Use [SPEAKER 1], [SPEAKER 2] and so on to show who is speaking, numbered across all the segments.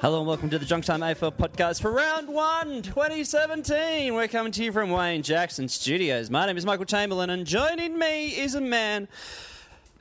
[SPEAKER 1] Hello and welcome to the Junk Time AFL podcast for round one, 2017. We're coming to you from Wayne Jackson Studios. My name is Michael Chamberlain, and joining me is a man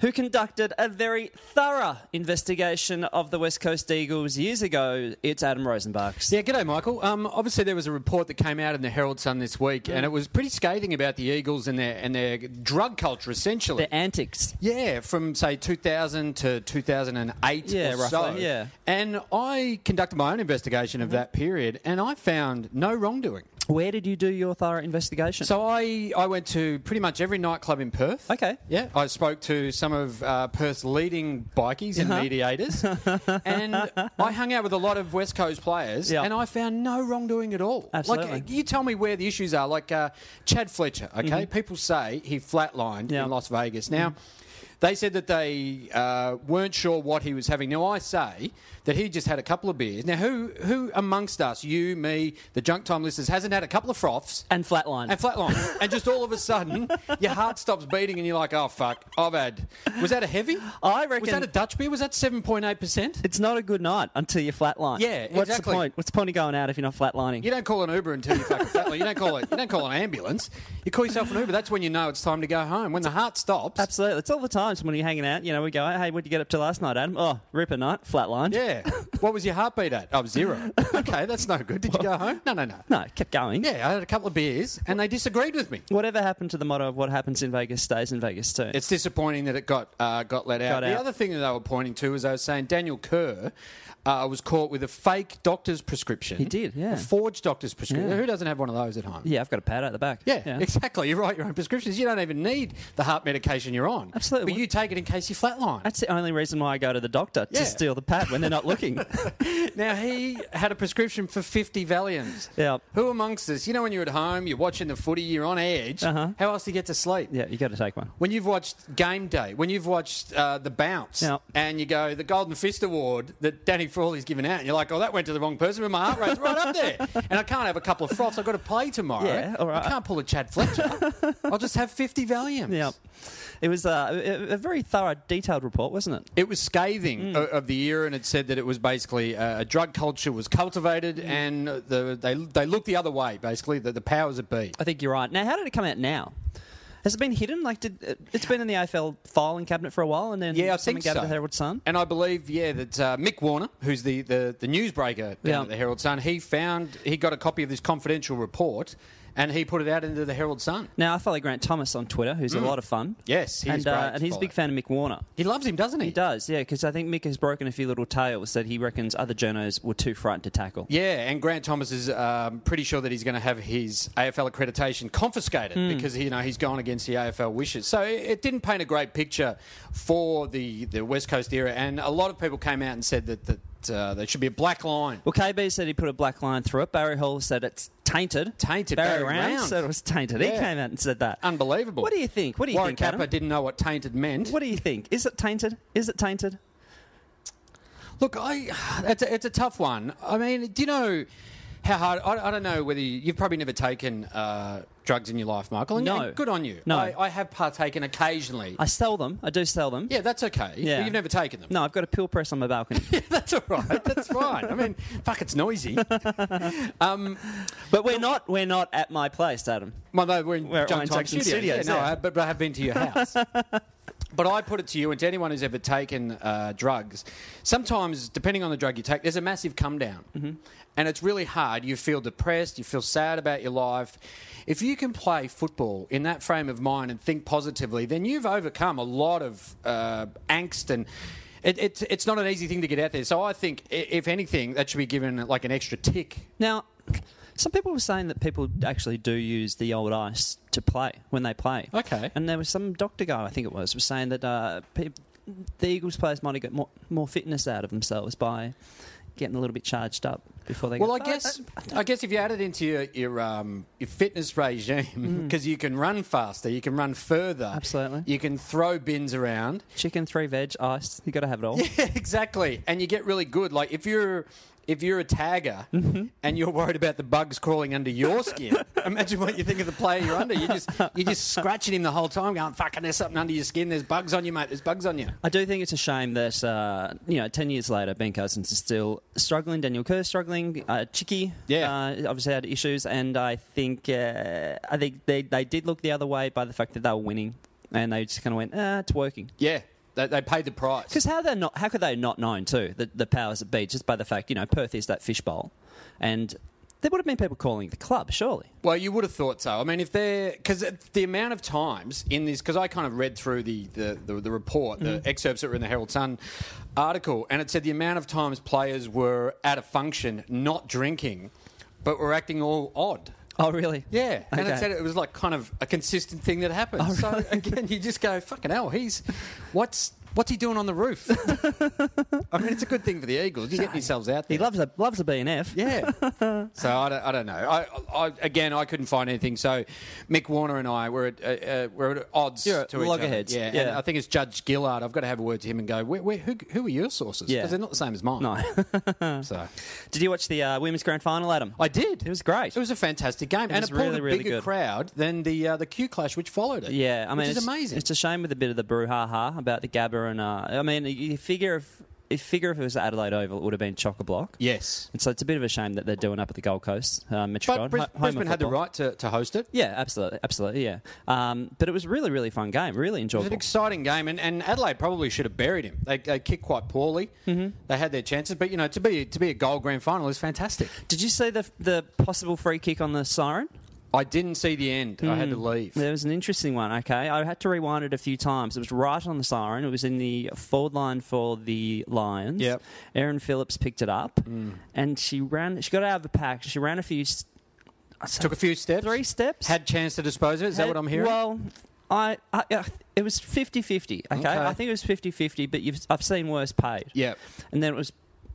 [SPEAKER 1] who conducted a very thorough investigation of the West Coast Eagles years ago. It's Adam Rosenbachs.
[SPEAKER 2] Yeah, g'day, Michael. Um, obviously, there was a report that came out in the Herald Sun this week, and it was pretty scathing about the Eagles and their and their drug culture, essentially.
[SPEAKER 1] The antics.
[SPEAKER 2] yeah, from say 2000 to 2008
[SPEAKER 1] Yeah,
[SPEAKER 2] or so.
[SPEAKER 1] roughly, yeah. Mm-hmm.
[SPEAKER 2] And I conducted my own investigation of that period, and I found no wrongdoing.
[SPEAKER 1] Where did you do your thorough investigation?
[SPEAKER 2] So I, I went to pretty much every nightclub in Perth.
[SPEAKER 1] Okay.
[SPEAKER 2] Yeah. I spoke to some of uh, Perth's leading bikies
[SPEAKER 1] Uh-huh.
[SPEAKER 2] and mediators. and I hung out with a lot of West Coast players.
[SPEAKER 1] Yeah.
[SPEAKER 2] And I found no wrongdoing at all.
[SPEAKER 1] Absolutely.
[SPEAKER 2] Like, you tell me where the issues are. Like uh, Chad Fletcher, okay? People say he flatlined
[SPEAKER 1] Mm-hmm. Yeah. Mm-hmm.
[SPEAKER 2] in Las Vegas. Now. They said that they uh, weren't sure what he was having. Now I say that he just had a couple of beers. Now who who amongst us, you, me, the junk time listeners, hasn't had a couple of froths
[SPEAKER 1] and flatline.
[SPEAKER 2] and flatline. and just all of a sudden, your heart stops beating, and you're like, "Oh fuck, I've had." Was that a heavy?
[SPEAKER 1] I
[SPEAKER 2] Was
[SPEAKER 1] reckon-
[SPEAKER 2] that a Dutch beer? Was that seven point eight percent?
[SPEAKER 1] it's not a good night until you flatline.
[SPEAKER 2] Yeah,
[SPEAKER 1] What's
[SPEAKER 2] exactly.
[SPEAKER 1] the point? What's the point of going out if you're not flatlining?
[SPEAKER 2] You don't call an Uber until you fucking flatline. You don't call it. You don't call an ambulance. You call yourself an Uber. That's when you know it's time to go home. When the heart stops.
[SPEAKER 1] Absolutely. It's all the time. So when you're hanging out, you know, we go, hey, what'd you get up to last night, Adam? Oh, Ripper night, flatline.
[SPEAKER 2] Yeah. What was your heartbeat at? Oh, zero. Okay, that's no good. Did you go home? No, no, no.
[SPEAKER 1] No, it kept going.
[SPEAKER 2] Yeah, I had a couple of beers, and they disagreed with me.
[SPEAKER 1] Whatever happened to the motto of what happens in Vegas stays in Vegas too.
[SPEAKER 2] It's disappointing that it got uh, got let out.
[SPEAKER 1] Got
[SPEAKER 2] The
[SPEAKER 1] out.
[SPEAKER 2] other thing that they were pointing to was they were saying Daniel Kerr uh, was caught with a fake doctor's prescription. He
[SPEAKER 1] did, yeah.
[SPEAKER 2] a forged doctor's prescription.
[SPEAKER 1] Yeah.
[SPEAKER 2] Who doesn't have one of those at home?
[SPEAKER 1] yeah, I've got a pad out the back.
[SPEAKER 2] Yeah, exactly. You write your own prescriptions. You don't even need the heart medication you're on.
[SPEAKER 1] Absolutely.
[SPEAKER 2] But you take it in case you flatline.
[SPEAKER 1] That's the only reason why I go to the doctor
[SPEAKER 2] Yeah.
[SPEAKER 1] to steal the pad when they're not looking.
[SPEAKER 2] Now he had a prescription for fifty Valiums.
[SPEAKER 1] Yeah.
[SPEAKER 2] Who amongst us? You know, when you're at home, you're watching the footy, you're on edge.
[SPEAKER 1] Uh-huh.
[SPEAKER 2] How else do you get to sleep?
[SPEAKER 1] yeah, you got to take one.
[SPEAKER 2] When you've watched Game Day, when you've watched uh, The Bounce,
[SPEAKER 1] Yeah.
[SPEAKER 2] and you go, the Golden Fist Award that Danny Frawley's given out, and you're like, oh, that went to the wrong person, but my heart rate's right up there. And I can't have a couple of froths. I've got to play tomorrow.
[SPEAKER 1] Yeah, all right.
[SPEAKER 2] I can't pull a Chad Fletcher. I'll just have 50 Valiums.
[SPEAKER 1] Yeah, it was uh, a, a very thorough, detailed report, wasn't it?
[SPEAKER 2] It was scathing
[SPEAKER 1] Mm.
[SPEAKER 2] o of the era, and it said that it was basically uh, a drug culture was cultivated,
[SPEAKER 1] Mm.
[SPEAKER 2] and the, they, they looked the other way, basically, that the powers that be.
[SPEAKER 1] I think you're right. Now, how did it come out now? Has it been hidden? Like, did it- it's been in the AFL filing cabinet for a while, and then
[SPEAKER 2] Yeah, I
[SPEAKER 1] someone
[SPEAKER 2] think
[SPEAKER 1] gave it
[SPEAKER 2] so.
[SPEAKER 1] to Herald Sun.
[SPEAKER 2] And I believe, yeah, that uh, Mick Warner, who's the, the, the newsbreaker down
[SPEAKER 1] Yeah.
[SPEAKER 2] at the Herald Sun, he found he got a copy of this confidential report and he put it out into the Herald Sun.
[SPEAKER 1] Now, I follow Grant Thomas on Twitter, who's a lot of fun.
[SPEAKER 2] Yes, he's
[SPEAKER 1] and
[SPEAKER 2] great
[SPEAKER 1] uh,
[SPEAKER 2] to
[SPEAKER 1] and Mm. he's a big fan of Mick Warner.
[SPEAKER 2] He loves him, doesn't he?
[SPEAKER 1] He does, yeah, because I think Mick has broken a few little tales that he reckons other journos were too frightened to tackle.
[SPEAKER 2] Yeah, and Grant Thomas is um, pretty sure that he's going to have his AFL accreditation confiscated
[SPEAKER 1] Hmm.
[SPEAKER 2] because you know he's gone against the AFL wishes. So it, it didn't paint a great picture for the, the West Coast era, and a lot of people came out and said that that uh, there should be a black line.
[SPEAKER 1] Well, KB said he put a black line through it. Barry Hall said it's tainted.
[SPEAKER 2] Tainted,
[SPEAKER 1] Barry,
[SPEAKER 2] Barry
[SPEAKER 1] Round
[SPEAKER 2] Round.
[SPEAKER 1] said it was tainted. He
[SPEAKER 2] Yeah.
[SPEAKER 1] came out and said that.
[SPEAKER 2] Unbelievable.
[SPEAKER 1] What do you think? What do you
[SPEAKER 2] Warren
[SPEAKER 1] think, Adam?
[SPEAKER 2] Capper didn't know what tainted meant.
[SPEAKER 1] What do you think? Is it tainted? Is it tainted?
[SPEAKER 2] Look, I it's a, it's a tough one. I mean, do you know how hard? I, I don't know whether you, you've probably never taken uh, drugs in your life, Michael. And,
[SPEAKER 1] No.
[SPEAKER 2] and good on you.
[SPEAKER 1] No.
[SPEAKER 2] I, I have partaken occasionally.
[SPEAKER 1] I sell them. I do sell them.
[SPEAKER 2] yeah, that's okay.
[SPEAKER 1] Yeah.
[SPEAKER 2] But you've never taken them.
[SPEAKER 1] No, I've got a pill press on my balcony.
[SPEAKER 2] that's all right. That's fine. I mean, fuck, it's noisy. um,
[SPEAKER 1] but we're not. We're not at my place, Adam.
[SPEAKER 2] well, no, we're in
[SPEAKER 1] We're at
[SPEAKER 2] John
[SPEAKER 1] Wayne
[SPEAKER 2] Time
[SPEAKER 1] Thompson
[SPEAKER 2] Studios.
[SPEAKER 1] Studios,
[SPEAKER 2] yeah, no,
[SPEAKER 1] yeah.
[SPEAKER 2] I, but, but I have been to your house. But I put it to you and to anyone who's ever taken uh, drugs, sometimes, depending on the drug you take, there's a massive come down. And it's really hard. You feel depressed, you feel sad about your life. If you can play football in that frame of mind and think positively, then you've overcome a lot of uh, angst and. It, it's it's not an easy thing to get out there. So I think, i- if anything, that should be given like an extra tick.
[SPEAKER 1] Now, some people were saying that people actually do use the old ice to play when they play.
[SPEAKER 2] Okay.
[SPEAKER 1] And there was some doctor guy, I think it was, was saying that uh, pe- the Eagles players might get more, more fitness out of themselves by getting a little bit charged up before they.
[SPEAKER 2] Well,
[SPEAKER 1] go,
[SPEAKER 2] I
[SPEAKER 1] "Oh,
[SPEAKER 2] guess
[SPEAKER 1] that-
[SPEAKER 2] I guess if you add it into your your, um, your fitness regime, because you can run faster, you can run further,
[SPEAKER 1] Mm. Absolutely.
[SPEAKER 2] you can throw bins around.
[SPEAKER 1] chicken, three veg, ice. You got to have it all.
[SPEAKER 2] exactly, and you get really good. Like if you're if you're a tagger
[SPEAKER 1] Mm-hmm.
[SPEAKER 2] and you're worried about the bugs crawling under your skin, imagine what you think of the player you're under. You just you're just scratching him the whole time, going "Fucking, there's something under your skin. There's bugs on you, mate. There's bugs on you."
[SPEAKER 1] I do think it's a shame that uh, you know ten years later Ben Cousins is still struggling. Daniel Kerr struggling. Uh, Chicky,
[SPEAKER 2] Yeah.
[SPEAKER 1] uh, obviously had issues, and I think uh, I think they they did look the other way by the fact that they were winning, and they just kind of went, ah, it's working.
[SPEAKER 2] Yeah, they, they paid the price.
[SPEAKER 1] Because how they not how could they not known too the, the powers that be just by the fact you know Perth is that fishbowl, and there would have been people calling the club surely.
[SPEAKER 2] Well, you would have thought so. I mean, if they're because the amount of times in this, because I kind of read through the the, the, the report,
[SPEAKER 1] Mm-hmm.
[SPEAKER 2] the excerpts that were in the Herald Sun article, and it said the amount of times players were at a function not drinking, but were acting all odd.
[SPEAKER 1] Oh really?
[SPEAKER 2] Yeah, and
[SPEAKER 1] Okay. Oh,
[SPEAKER 2] it said it was like kind of a consistent thing that happened. so again, you just go, "Fucking hell, he's what's what's he doing on the roof?" I mean, it's a good thing for the Eagles. You get yourselves out there.
[SPEAKER 1] he loves a loves a B and F.
[SPEAKER 2] Yeah. so I don't, I don't know. I, I again I couldn't find anything. So Mick Warner and I were at, uh, uh, were at odds
[SPEAKER 1] You're at
[SPEAKER 2] to each
[SPEAKER 1] loggerheads.
[SPEAKER 2] other. Yeah. And
[SPEAKER 1] Yeah.
[SPEAKER 2] I think it's Judge Gillard. I've got to have a word to him and go. Where, where, who, who are your sources?
[SPEAKER 1] Yeah.
[SPEAKER 2] Because they're not the same as mine.
[SPEAKER 1] No.
[SPEAKER 2] So
[SPEAKER 1] did you watch the uh, women's grand final, Adam?
[SPEAKER 2] I did.
[SPEAKER 1] It was great.
[SPEAKER 2] It was a fantastic game, and
[SPEAKER 1] was
[SPEAKER 2] it pulled
[SPEAKER 1] really,
[SPEAKER 2] a
[SPEAKER 1] really
[SPEAKER 2] bigger
[SPEAKER 1] good.
[SPEAKER 2] crowd than the uh, the Q clash which followed it.
[SPEAKER 1] Yeah, I mean,
[SPEAKER 2] which is
[SPEAKER 1] it's,
[SPEAKER 2] amazing.
[SPEAKER 1] It's a shame with a bit of the brouhaha about the Gabba and uh, I mean, you figure if you figure if it was Adelaide Oval, it would have been chock a block.
[SPEAKER 2] yes.
[SPEAKER 1] And so it's a bit of a shame that they're doing up at the Gold Coast, uh, Metrodon.
[SPEAKER 2] But Bris-
[SPEAKER 1] ho- home of
[SPEAKER 2] Brisbane had the
[SPEAKER 1] football.
[SPEAKER 2] right to, to host it.
[SPEAKER 1] Yeah, absolutely, absolutely, yeah. Um, but it was a really, really fun game, really
[SPEAKER 2] It was
[SPEAKER 1] enjoyable.
[SPEAKER 2] an exciting game, and, and Adelaide probably should have buried him. They, they kicked quite poorly. Mm-hmm. They had their chances, but you know, to be to be a gold grand final is fantastic.
[SPEAKER 1] Did you see the the possible free kick on the siren?
[SPEAKER 2] I didn't see the end. I had to
[SPEAKER 1] Mm.
[SPEAKER 2] leave.
[SPEAKER 1] There was an interesting one. Okay, I had to rewind it a few times. It was right on the siren. It was in the forward line for the Lions.
[SPEAKER 2] Yep. Mm.
[SPEAKER 1] Erin Phillips picked it up, and she ran. She got out of the pack. She ran a few, s-
[SPEAKER 2] Took a few steps.
[SPEAKER 1] three steps.
[SPEAKER 2] Had chance to dispose of it. Is that what I'm hearing?
[SPEAKER 1] Well, I, I I- it was 50-50, okay?
[SPEAKER 2] Okay.
[SPEAKER 1] I think it was 50-50, but you've, I've seen worse paid.
[SPEAKER 2] yeah,
[SPEAKER 1] And then it was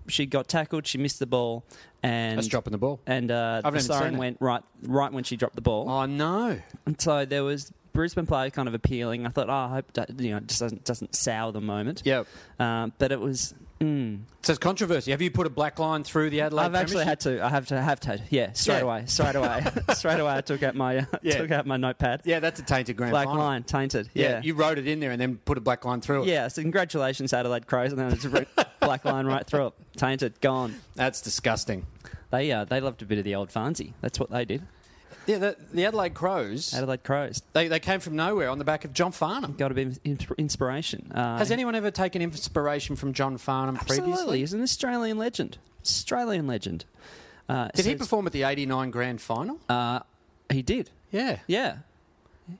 [SPEAKER 1] she got tackled. She missed the ball, and
[SPEAKER 2] that's dropping the ball.
[SPEAKER 1] and uh,
[SPEAKER 2] I've
[SPEAKER 1] the
[SPEAKER 2] never seen
[SPEAKER 1] siren
[SPEAKER 2] it.
[SPEAKER 1] went right right when she dropped the ball.
[SPEAKER 2] Oh no!
[SPEAKER 1] And so there was Brisbane player kind of appealing. I thought, oh, I hope that, you know it just doesn't doesn't sour the moment.
[SPEAKER 2] Yep.
[SPEAKER 1] Um, but it was. Mm,
[SPEAKER 2] So it's controversy. Have you put a black line through the Adelaide?
[SPEAKER 1] I've actually
[SPEAKER 2] premiership?
[SPEAKER 1] had to. I have to. I have to. Yeah, straight
[SPEAKER 2] Yeah.
[SPEAKER 1] away. Straight away. straight away. I took out my uh,
[SPEAKER 2] Yeah.
[SPEAKER 1] took out my notepad.
[SPEAKER 2] Yeah, that's a tainted grand
[SPEAKER 1] Black
[SPEAKER 2] final.
[SPEAKER 1] line tainted.
[SPEAKER 2] Yeah.
[SPEAKER 1] Yeah.
[SPEAKER 2] you wrote it in there and then put a black line through it.
[SPEAKER 1] Yeah, so congratulations, Adelaide Crows, and then it's a re- black line right through it, tainted, gone.
[SPEAKER 2] that's disgusting.
[SPEAKER 1] They uh, they loved a bit of the old fancy. That's what they did.
[SPEAKER 2] Yeah, the, the Adelaide Crows.
[SPEAKER 1] Adelaide Crows
[SPEAKER 2] They, they came from nowhere on the back of John Farnham.
[SPEAKER 1] got a bit of in- inspiration. Uh,
[SPEAKER 2] Has anyone ever taken inspiration from John Farnham
[SPEAKER 1] absolutely?
[SPEAKER 2] previously?
[SPEAKER 1] He's an Australian legend. Australian legend. Uh,
[SPEAKER 2] Did he
[SPEAKER 1] so-
[SPEAKER 2] perform at the 89 grand final?
[SPEAKER 1] Uh, he did.
[SPEAKER 2] yeah.
[SPEAKER 1] Yeah.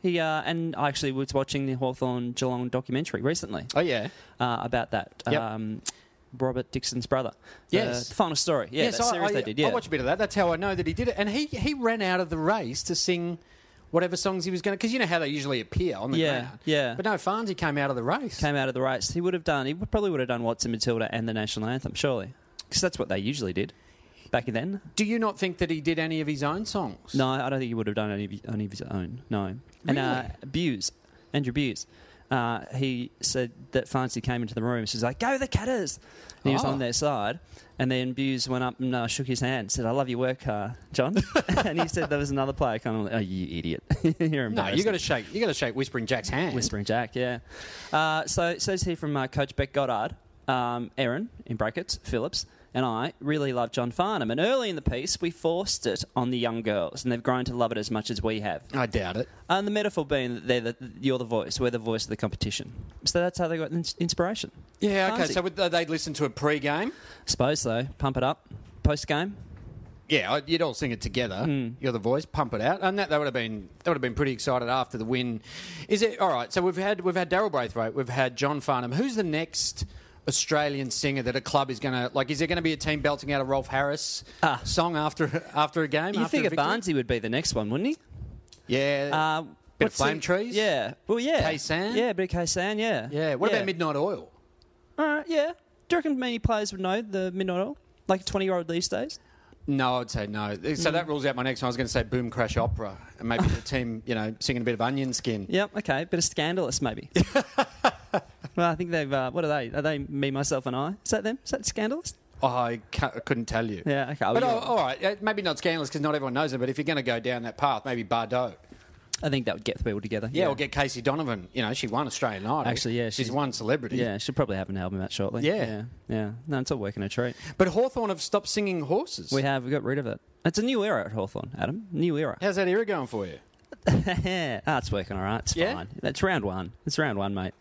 [SPEAKER 1] He uh, and I actually was watching the Hawthorne Geelong documentary recently
[SPEAKER 2] Oh, yeah.
[SPEAKER 1] uh, about that.
[SPEAKER 2] Yep.
[SPEAKER 1] Um, Robert Dixon's brother.
[SPEAKER 2] Yes.
[SPEAKER 1] The final story. Yeah,
[SPEAKER 2] Yes,
[SPEAKER 1] that
[SPEAKER 2] I-
[SPEAKER 1] series
[SPEAKER 2] I,
[SPEAKER 1] they did. Yeah.
[SPEAKER 2] I watched a bit of that. That's how I know that he did it. And he, he ran out of the race to sing whatever songs he was going to. Because you know how they usually appear on the
[SPEAKER 1] Yeah,
[SPEAKER 2] ground.
[SPEAKER 1] yeah.
[SPEAKER 2] But no, Farnsey came out of the race.
[SPEAKER 1] came out of the race, he would have done. He would- probably would have done Watson Matilda and the national anthem, surely, because that's what they usually did back then.
[SPEAKER 2] Do you not think that he did any of his own songs?
[SPEAKER 1] No, I don't think he would have done any of, his- any of his own. No, and uh, Buse, Andrew Buse, uh, he said that Fancy came into the room. She's like, "Go the Catters!" And he was
[SPEAKER 2] Oh.
[SPEAKER 1] on their side. And then Buse went up and uh, shook his hand, said, "I love your work, uh, John." and he said there was another player kind of, like, "Oh, you idiot! You're
[SPEAKER 2] No,
[SPEAKER 1] embarrassing."
[SPEAKER 2] you got to shake. You got to shake Whispering Jack's hand.
[SPEAKER 1] Whispering Jack, yeah. Uh, so it says here from uh, Coach Beck Goddard, um, Aaron, in brackets, Phillips, and I really love John Farnham. And early in the piece, we forced it on the young girls, and they've grown to love it as much as we have.
[SPEAKER 2] I doubt it.
[SPEAKER 1] And the metaphor being that they're the, you're the voice, we're the voice of the competition. So that's how they got ins- inspiration.
[SPEAKER 2] Yeah, okay.
[SPEAKER 1] Barnsley.
[SPEAKER 2] So would they- they'd listen to a pre-game.
[SPEAKER 1] Suppose so. Pump it up. Post game.
[SPEAKER 2] Yeah, I- you'd all sing it together.
[SPEAKER 1] Hmm.
[SPEAKER 2] You're the voice, pump it out, and that, that would have been that would have been pretty excited after the win. Is it all right? So we've had we've had Daryl Braithwaite, we've had John Farnham. Who's the next Australian singer that a club is going to like? Is there going to be a team belting out a Rolf Harris
[SPEAKER 1] Ah.
[SPEAKER 2] song after after a game?
[SPEAKER 1] You
[SPEAKER 2] after
[SPEAKER 1] think
[SPEAKER 2] a
[SPEAKER 1] a
[SPEAKER 2] victory?
[SPEAKER 1] Barnsley would be the next one, wouldn't he?
[SPEAKER 2] Yeah,
[SPEAKER 1] Uh,
[SPEAKER 2] bit of
[SPEAKER 1] what's the-
[SPEAKER 2] flame trees.
[SPEAKER 1] Yeah. Well, yeah.
[SPEAKER 2] Kaysan?
[SPEAKER 1] Yeah, a bit of Kaysan, yeah.
[SPEAKER 2] yeah. What about Midnight Oil?
[SPEAKER 1] Uh, yeah. Do you reckon many players would know the Midnight Oil? Like a 20 year old these days?
[SPEAKER 2] No, I'd say no. So
[SPEAKER 1] Hmm.
[SPEAKER 2] that rules out my next one. I was going to say Boom Crash Opera, and maybe the team, you know, singing a bit of Onion Skin.
[SPEAKER 1] Yep, okay. Bit of scandalous, maybe. well, I think they've, uh, what are they? Are they me, myself, and I? Is that them? Is that scandalous?
[SPEAKER 2] Oh, I, ca- I couldn't tell you.
[SPEAKER 1] Yeah, okay.
[SPEAKER 2] But
[SPEAKER 1] Well,
[SPEAKER 2] oh,
[SPEAKER 1] you're-
[SPEAKER 2] all right, uh, maybe not scandalous because not everyone knows it. But if you're going to go down that path, maybe Bardot.
[SPEAKER 1] I think that would get people together.
[SPEAKER 2] Yeah, or get Casey Donovan. You know, she won Australian Idol.
[SPEAKER 1] Actually, yeah,
[SPEAKER 2] she's,
[SPEAKER 1] she's-
[SPEAKER 2] one celebrity.
[SPEAKER 1] Yeah, she'll probably have an album out shortly.
[SPEAKER 2] Yeah.
[SPEAKER 1] yeah, yeah. No, it's all working a treat.
[SPEAKER 2] But Hawthorn have stopped singing horses.
[SPEAKER 1] We have we got rid of it. It's a new era at Hawthorn, Adam. New era.
[SPEAKER 2] How's that era going for you?
[SPEAKER 1] ah, it's working all right. It's
[SPEAKER 2] Yeah?
[SPEAKER 1] fine. It's round one. It's round one, mate.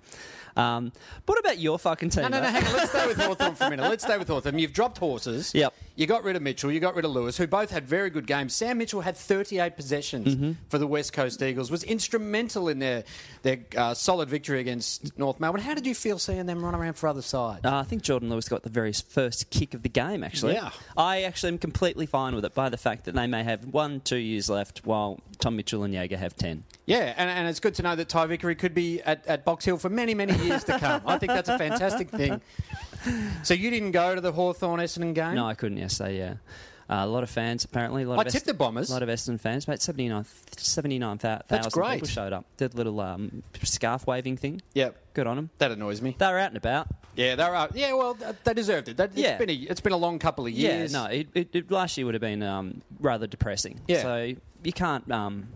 [SPEAKER 1] Um, what about your fucking team?
[SPEAKER 2] No, no, no.
[SPEAKER 1] mate?
[SPEAKER 2] Hang on. Let's stay with Hawthorn for a minute. Let's stay with Hawthorn. You've dropped horses.
[SPEAKER 1] Yep.
[SPEAKER 2] You got rid of Mitchell. You got rid of Lewis, who both had very good games. Sam Mitchell had 38 possessions
[SPEAKER 1] Mm-hmm.
[SPEAKER 2] for the West Coast Eagles. Was instrumental in their their uh, solid victory against North Melbourne. How did you feel seeing them run around for other sides?
[SPEAKER 1] Uh, I think Jordan Lewis got the very first kick of the game, actually.
[SPEAKER 2] Yeah.
[SPEAKER 1] I actually am completely fine with it by the fact that they may have one, two years left while Tom Mitchell and Jaeger have 10.
[SPEAKER 2] Yeah, and, and it's good to know that Ty Vickery could be at, at Box Hill for many, many years to come. I think that's a fantastic thing. So you didn't go to the Hawthorn Essendon game?
[SPEAKER 1] No, I couldn't yesterday, yeah. Uh, a lot of fans, apparently. A lot
[SPEAKER 2] I
[SPEAKER 1] of
[SPEAKER 2] tipped the Bombers.
[SPEAKER 1] A lot of Essendon fans, about 79 79,000
[SPEAKER 2] That's great.
[SPEAKER 1] people showed up. Did little um, scarf waving thing.
[SPEAKER 2] Yep,
[SPEAKER 1] Good on them.
[SPEAKER 2] that annoys me.
[SPEAKER 1] They were out and about.
[SPEAKER 2] Yeah, they are. Yeah, well, th- they deserved it. That,
[SPEAKER 1] Yeah.
[SPEAKER 2] it's been a, it's been a long couple of years.
[SPEAKER 1] Yeah, no, it, it, it last year would have been um, rather depressing.
[SPEAKER 2] Yeah.
[SPEAKER 1] So you can't um,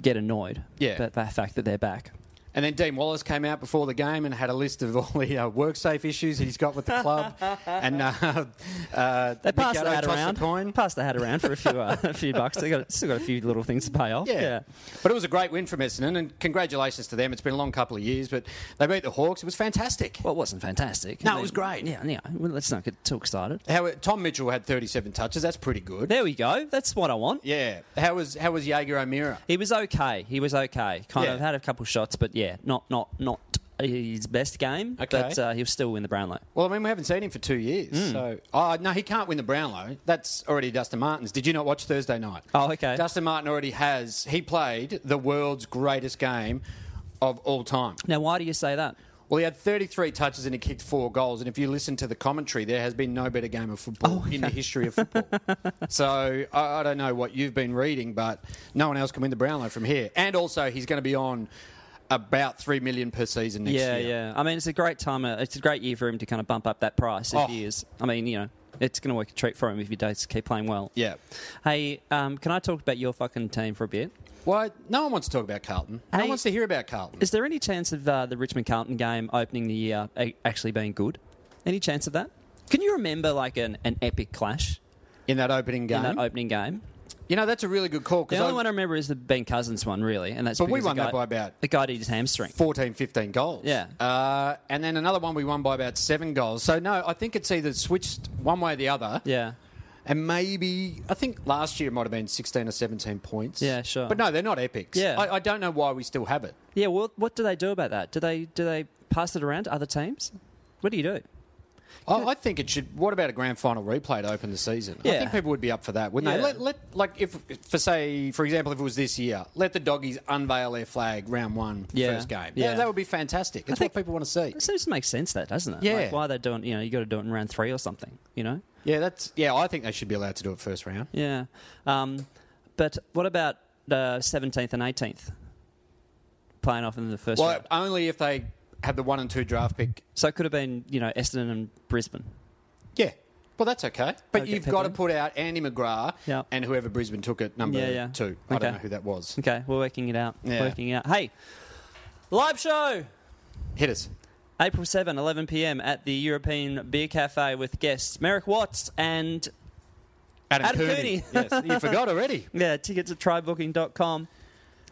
[SPEAKER 1] get annoyed
[SPEAKER 2] Yeah.
[SPEAKER 1] at the fact that they're back.
[SPEAKER 2] And then Dean Wallace came out before the game and had a list of all the uh, work safe issues he's got with the club. and uh, uh,
[SPEAKER 1] They
[SPEAKER 2] Nick
[SPEAKER 1] passed
[SPEAKER 2] Gatto
[SPEAKER 1] the hat
[SPEAKER 2] tossed
[SPEAKER 1] around.
[SPEAKER 2] The coin.
[SPEAKER 1] Passed the hat around for a few uh, a few bucks. They got still got a few little things to pay off.
[SPEAKER 2] Yeah. But it was a great win from Essendon, and congratulations to them. It's been a long couple of years, but they beat the Hawks. It was fantastic.
[SPEAKER 1] Well, it wasn't fantastic.
[SPEAKER 2] No,
[SPEAKER 1] I
[SPEAKER 2] it was
[SPEAKER 1] mean,
[SPEAKER 2] great.
[SPEAKER 1] Yeah, yeah. Well, let's not get too excited.
[SPEAKER 2] How Tom Mitchell had 37 touches. That's pretty good.
[SPEAKER 1] There we go. That's what I want.
[SPEAKER 2] Yeah. How was how was Jaeger O'Meara?
[SPEAKER 1] He was okay. He was okay. Kind
[SPEAKER 2] Yeah.
[SPEAKER 1] of had a couple shots, but yeah, not not not his best game.
[SPEAKER 2] Okay.
[SPEAKER 1] But uh, he was still in the Brownlow.
[SPEAKER 2] Well, I mean, we haven't seen him for two years. So, oh no, he can't win the Brownlow. That's already Dustin Martin's. Did you not watch Thursday night?
[SPEAKER 1] Oh, okay.
[SPEAKER 2] Dustin Martin already has. He played the world's greatest game of all time.
[SPEAKER 1] Now, why do you say that?
[SPEAKER 2] Well, he had 33 touches and he kicked four goals. And if you listen to the commentary, there has been no better game of football
[SPEAKER 1] Oh,
[SPEAKER 2] in the history of football. so I, I don't know what you've been reading, but no one else can win the Brownlow from here. And also, he's going to be on about three million per season next
[SPEAKER 1] yeah,
[SPEAKER 2] year.
[SPEAKER 1] yeah. I mean, it's a great time. uh, It's a great year for him to kind of bump up that price if
[SPEAKER 2] Oh.
[SPEAKER 1] he is. I mean, you know, it's going to work a treat for him if he does keep playing well.
[SPEAKER 2] Yeah.
[SPEAKER 1] Hey, um, can I talk about your fucking team for a bit?
[SPEAKER 2] Why? No one wants to talk about Carlton. No
[SPEAKER 1] Hey-
[SPEAKER 2] one wants to hear about Carlton.
[SPEAKER 1] Is there any chance of uh, the Richmond Carlton game opening the year a- actually being good? Any chance of that? Can you remember like an, an epic clash
[SPEAKER 2] In that opening game.
[SPEAKER 1] in that opening game?
[SPEAKER 2] you know, that's a really good call
[SPEAKER 1] The
[SPEAKER 2] because
[SPEAKER 1] only one I remember is the Ben Cousins one, really, and that's
[SPEAKER 2] But we
[SPEAKER 1] because a
[SPEAKER 2] won that
[SPEAKER 1] guy-
[SPEAKER 2] by about-
[SPEAKER 1] a guy did his hamstring.
[SPEAKER 2] 14, 15 goals.
[SPEAKER 1] Yeah.
[SPEAKER 2] Uh, and then another one we won by about seven goals. So, no, I think it's either switched one way or the other.
[SPEAKER 1] Yeah,
[SPEAKER 2] And maybe, I think last year it might have been 16 or 17 points.
[SPEAKER 1] Yeah, sure.
[SPEAKER 2] But no, they're not epics.
[SPEAKER 1] Yeah.
[SPEAKER 2] I, I don't know why we still have it.
[SPEAKER 1] yeah. Well, what do they do about that? Do they do they pass it around to other teams? What do you do?
[SPEAKER 2] I, I think it should. What about a grand final replay to open the season? I
[SPEAKER 1] Yeah.
[SPEAKER 2] think people would be up for that, wouldn't they?
[SPEAKER 1] Yeah.
[SPEAKER 2] Let, let like if for say for example, if it was this year, let the doggies unveil their flag round one
[SPEAKER 1] Yeah.
[SPEAKER 2] first game.
[SPEAKER 1] Yeah.
[SPEAKER 2] that would be fantastic. It's
[SPEAKER 1] think-
[SPEAKER 2] what people want to see.
[SPEAKER 1] It seems to make sense, that doesn't it?
[SPEAKER 2] Yeah.
[SPEAKER 1] Like why they're doing, you know, you got to do it in round three or something, you know?
[SPEAKER 2] Yeah, that's yeah. I think they should be allowed to do it first round.
[SPEAKER 1] Yeah. Um, but what about the seventeenth and eighteenth playing off in the first
[SPEAKER 2] Well,
[SPEAKER 1] round?
[SPEAKER 2] only if they have the one and two draft pick.
[SPEAKER 1] So it could have been, you know, Essendon and Brisbane.
[SPEAKER 2] Yeah. Well, that's okay. But
[SPEAKER 1] Okay,
[SPEAKER 2] you've got to
[SPEAKER 1] Peppermint.
[SPEAKER 2] put out Andy McGrath
[SPEAKER 1] Yeah.
[SPEAKER 2] and whoever Brisbane took at number
[SPEAKER 1] Yeah, yeah.
[SPEAKER 2] two. I
[SPEAKER 1] Okay.
[SPEAKER 2] don't know who that was.
[SPEAKER 1] Okay, we're working it out.
[SPEAKER 2] Yeah.
[SPEAKER 1] Working it out. Hey, live show
[SPEAKER 2] Hit us.
[SPEAKER 1] April 7, 11 p.m. at the European Beer Cafe with guests Merrick Watts and,
[SPEAKER 2] Adam,
[SPEAKER 1] Adam
[SPEAKER 2] Cooney.
[SPEAKER 1] Cooney.
[SPEAKER 2] yes, you forgot already.
[SPEAKER 1] yeah, tickets at trybooking.com.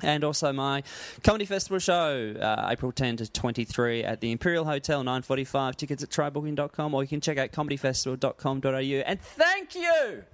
[SPEAKER 1] And also my comedy festival show, uh, April 10 to 23 at the Imperial Hotel, 945. Tickets at trybooking.com or you can check out comedyfestival.com.au. And thank you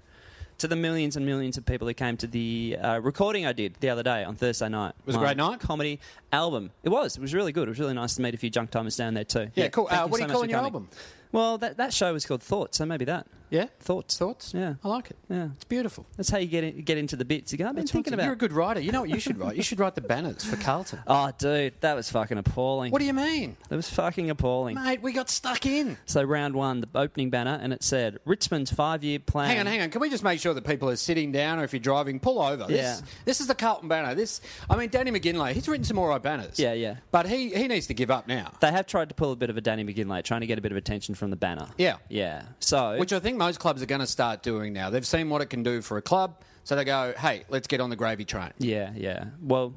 [SPEAKER 1] to the millions and millions of people who came to the uh, recording I did the other day on Thursday night.
[SPEAKER 2] Was it a
[SPEAKER 1] My
[SPEAKER 2] great night?
[SPEAKER 1] Comedy album. It was. It was really good. It was really nice to meet a few junk timers down there too.
[SPEAKER 2] Yeah, cool.
[SPEAKER 1] thank
[SPEAKER 2] Uh, what
[SPEAKER 1] so
[SPEAKER 2] are you
[SPEAKER 1] much
[SPEAKER 2] calling
[SPEAKER 1] for
[SPEAKER 2] your
[SPEAKER 1] coming.
[SPEAKER 2] album?
[SPEAKER 1] Well, that, that show was called Thoughts, so maybe that.
[SPEAKER 2] Yeah,
[SPEAKER 1] Thoughts.
[SPEAKER 2] thoughts.
[SPEAKER 1] Yeah.
[SPEAKER 2] I like it.
[SPEAKER 1] Yeah.
[SPEAKER 2] It's beautiful.
[SPEAKER 1] That's how you get in, get into the bits. You go, I've been
[SPEAKER 2] That's
[SPEAKER 1] thinking
[SPEAKER 2] awesome.
[SPEAKER 1] about
[SPEAKER 2] You're a good writer. You know what you should write? You should write the banners for Carlton.
[SPEAKER 1] Oh, dude, that was fucking appalling.
[SPEAKER 2] What do you mean?
[SPEAKER 1] That was fucking appalling.
[SPEAKER 2] Mate, we got stuck in.
[SPEAKER 1] So round one, the opening banner, and it said Richmond's five-year plan.
[SPEAKER 2] Hang on, hang on. Can we just make sure that people are sitting down or if you're driving, pull over? This,
[SPEAKER 1] Yeah.
[SPEAKER 2] this is the Carlton banner. This, I mean, Danny McGinley, he's written some all right banners.
[SPEAKER 1] Yeah, yeah.
[SPEAKER 2] But he, he needs to give up now,
[SPEAKER 1] They have tried to pull a bit of a Danny McGinley, trying to get a bit of attention from the banner.
[SPEAKER 2] Yeah.
[SPEAKER 1] yeah. So
[SPEAKER 2] which I think most clubs are going to start doing now. They've seen what it can do for a club, so they go, hey, let's get on the gravy train.
[SPEAKER 1] yeah, yeah. Well,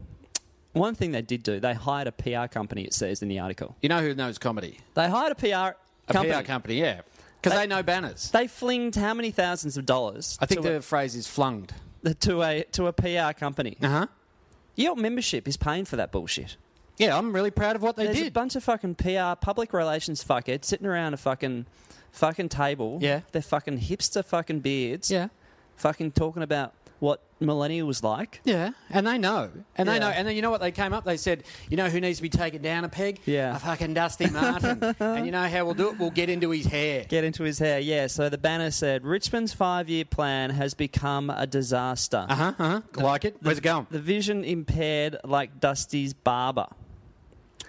[SPEAKER 1] one thing they did do, they hired a PR company. It says in the article,
[SPEAKER 2] You know who knows comedy?
[SPEAKER 1] they hired a PR
[SPEAKER 2] A
[SPEAKER 1] company.
[SPEAKER 2] PR company, yeah. Because they know banners.
[SPEAKER 1] They flinged how many thousands of dollars?
[SPEAKER 2] I think
[SPEAKER 1] to
[SPEAKER 2] the phrase is flunged.
[SPEAKER 1] a, to a to a PR company.
[SPEAKER 2] Uh huh.
[SPEAKER 1] Your membership is paying for that bullshit.
[SPEAKER 2] Yeah, I'm really proud of what they
[SPEAKER 1] There's a
[SPEAKER 2] did.
[SPEAKER 1] bunch of fucking PR, public relations fuckheads sitting around a fucking fucking table.
[SPEAKER 2] Yeah.
[SPEAKER 1] They're fucking hipster fucking beards.
[SPEAKER 2] yeah.
[SPEAKER 1] Fucking talking about what millennial was like.
[SPEAKER 2] Yeah, and they know, and
[SPEAKER 1] Yeah.
[SPEAKER 2] they know, and then you know what they came up? They said, you know who needs to be taken down a peg?
[SPEAKER 1] Yeah.
[SPEAKER 2] a fucking Dusty Martin. and you know how we'll do it? We'll get into his hair.
[SPEAKER 1] Get into his hair. Yeah, so the banner said Richmond's five year plan has become a disaster.
[SPEAKER 2] Uh huh. Uh huh. Like it? Where's it going?
[SPEAKER 1] The vision impaired like Dusty's barber.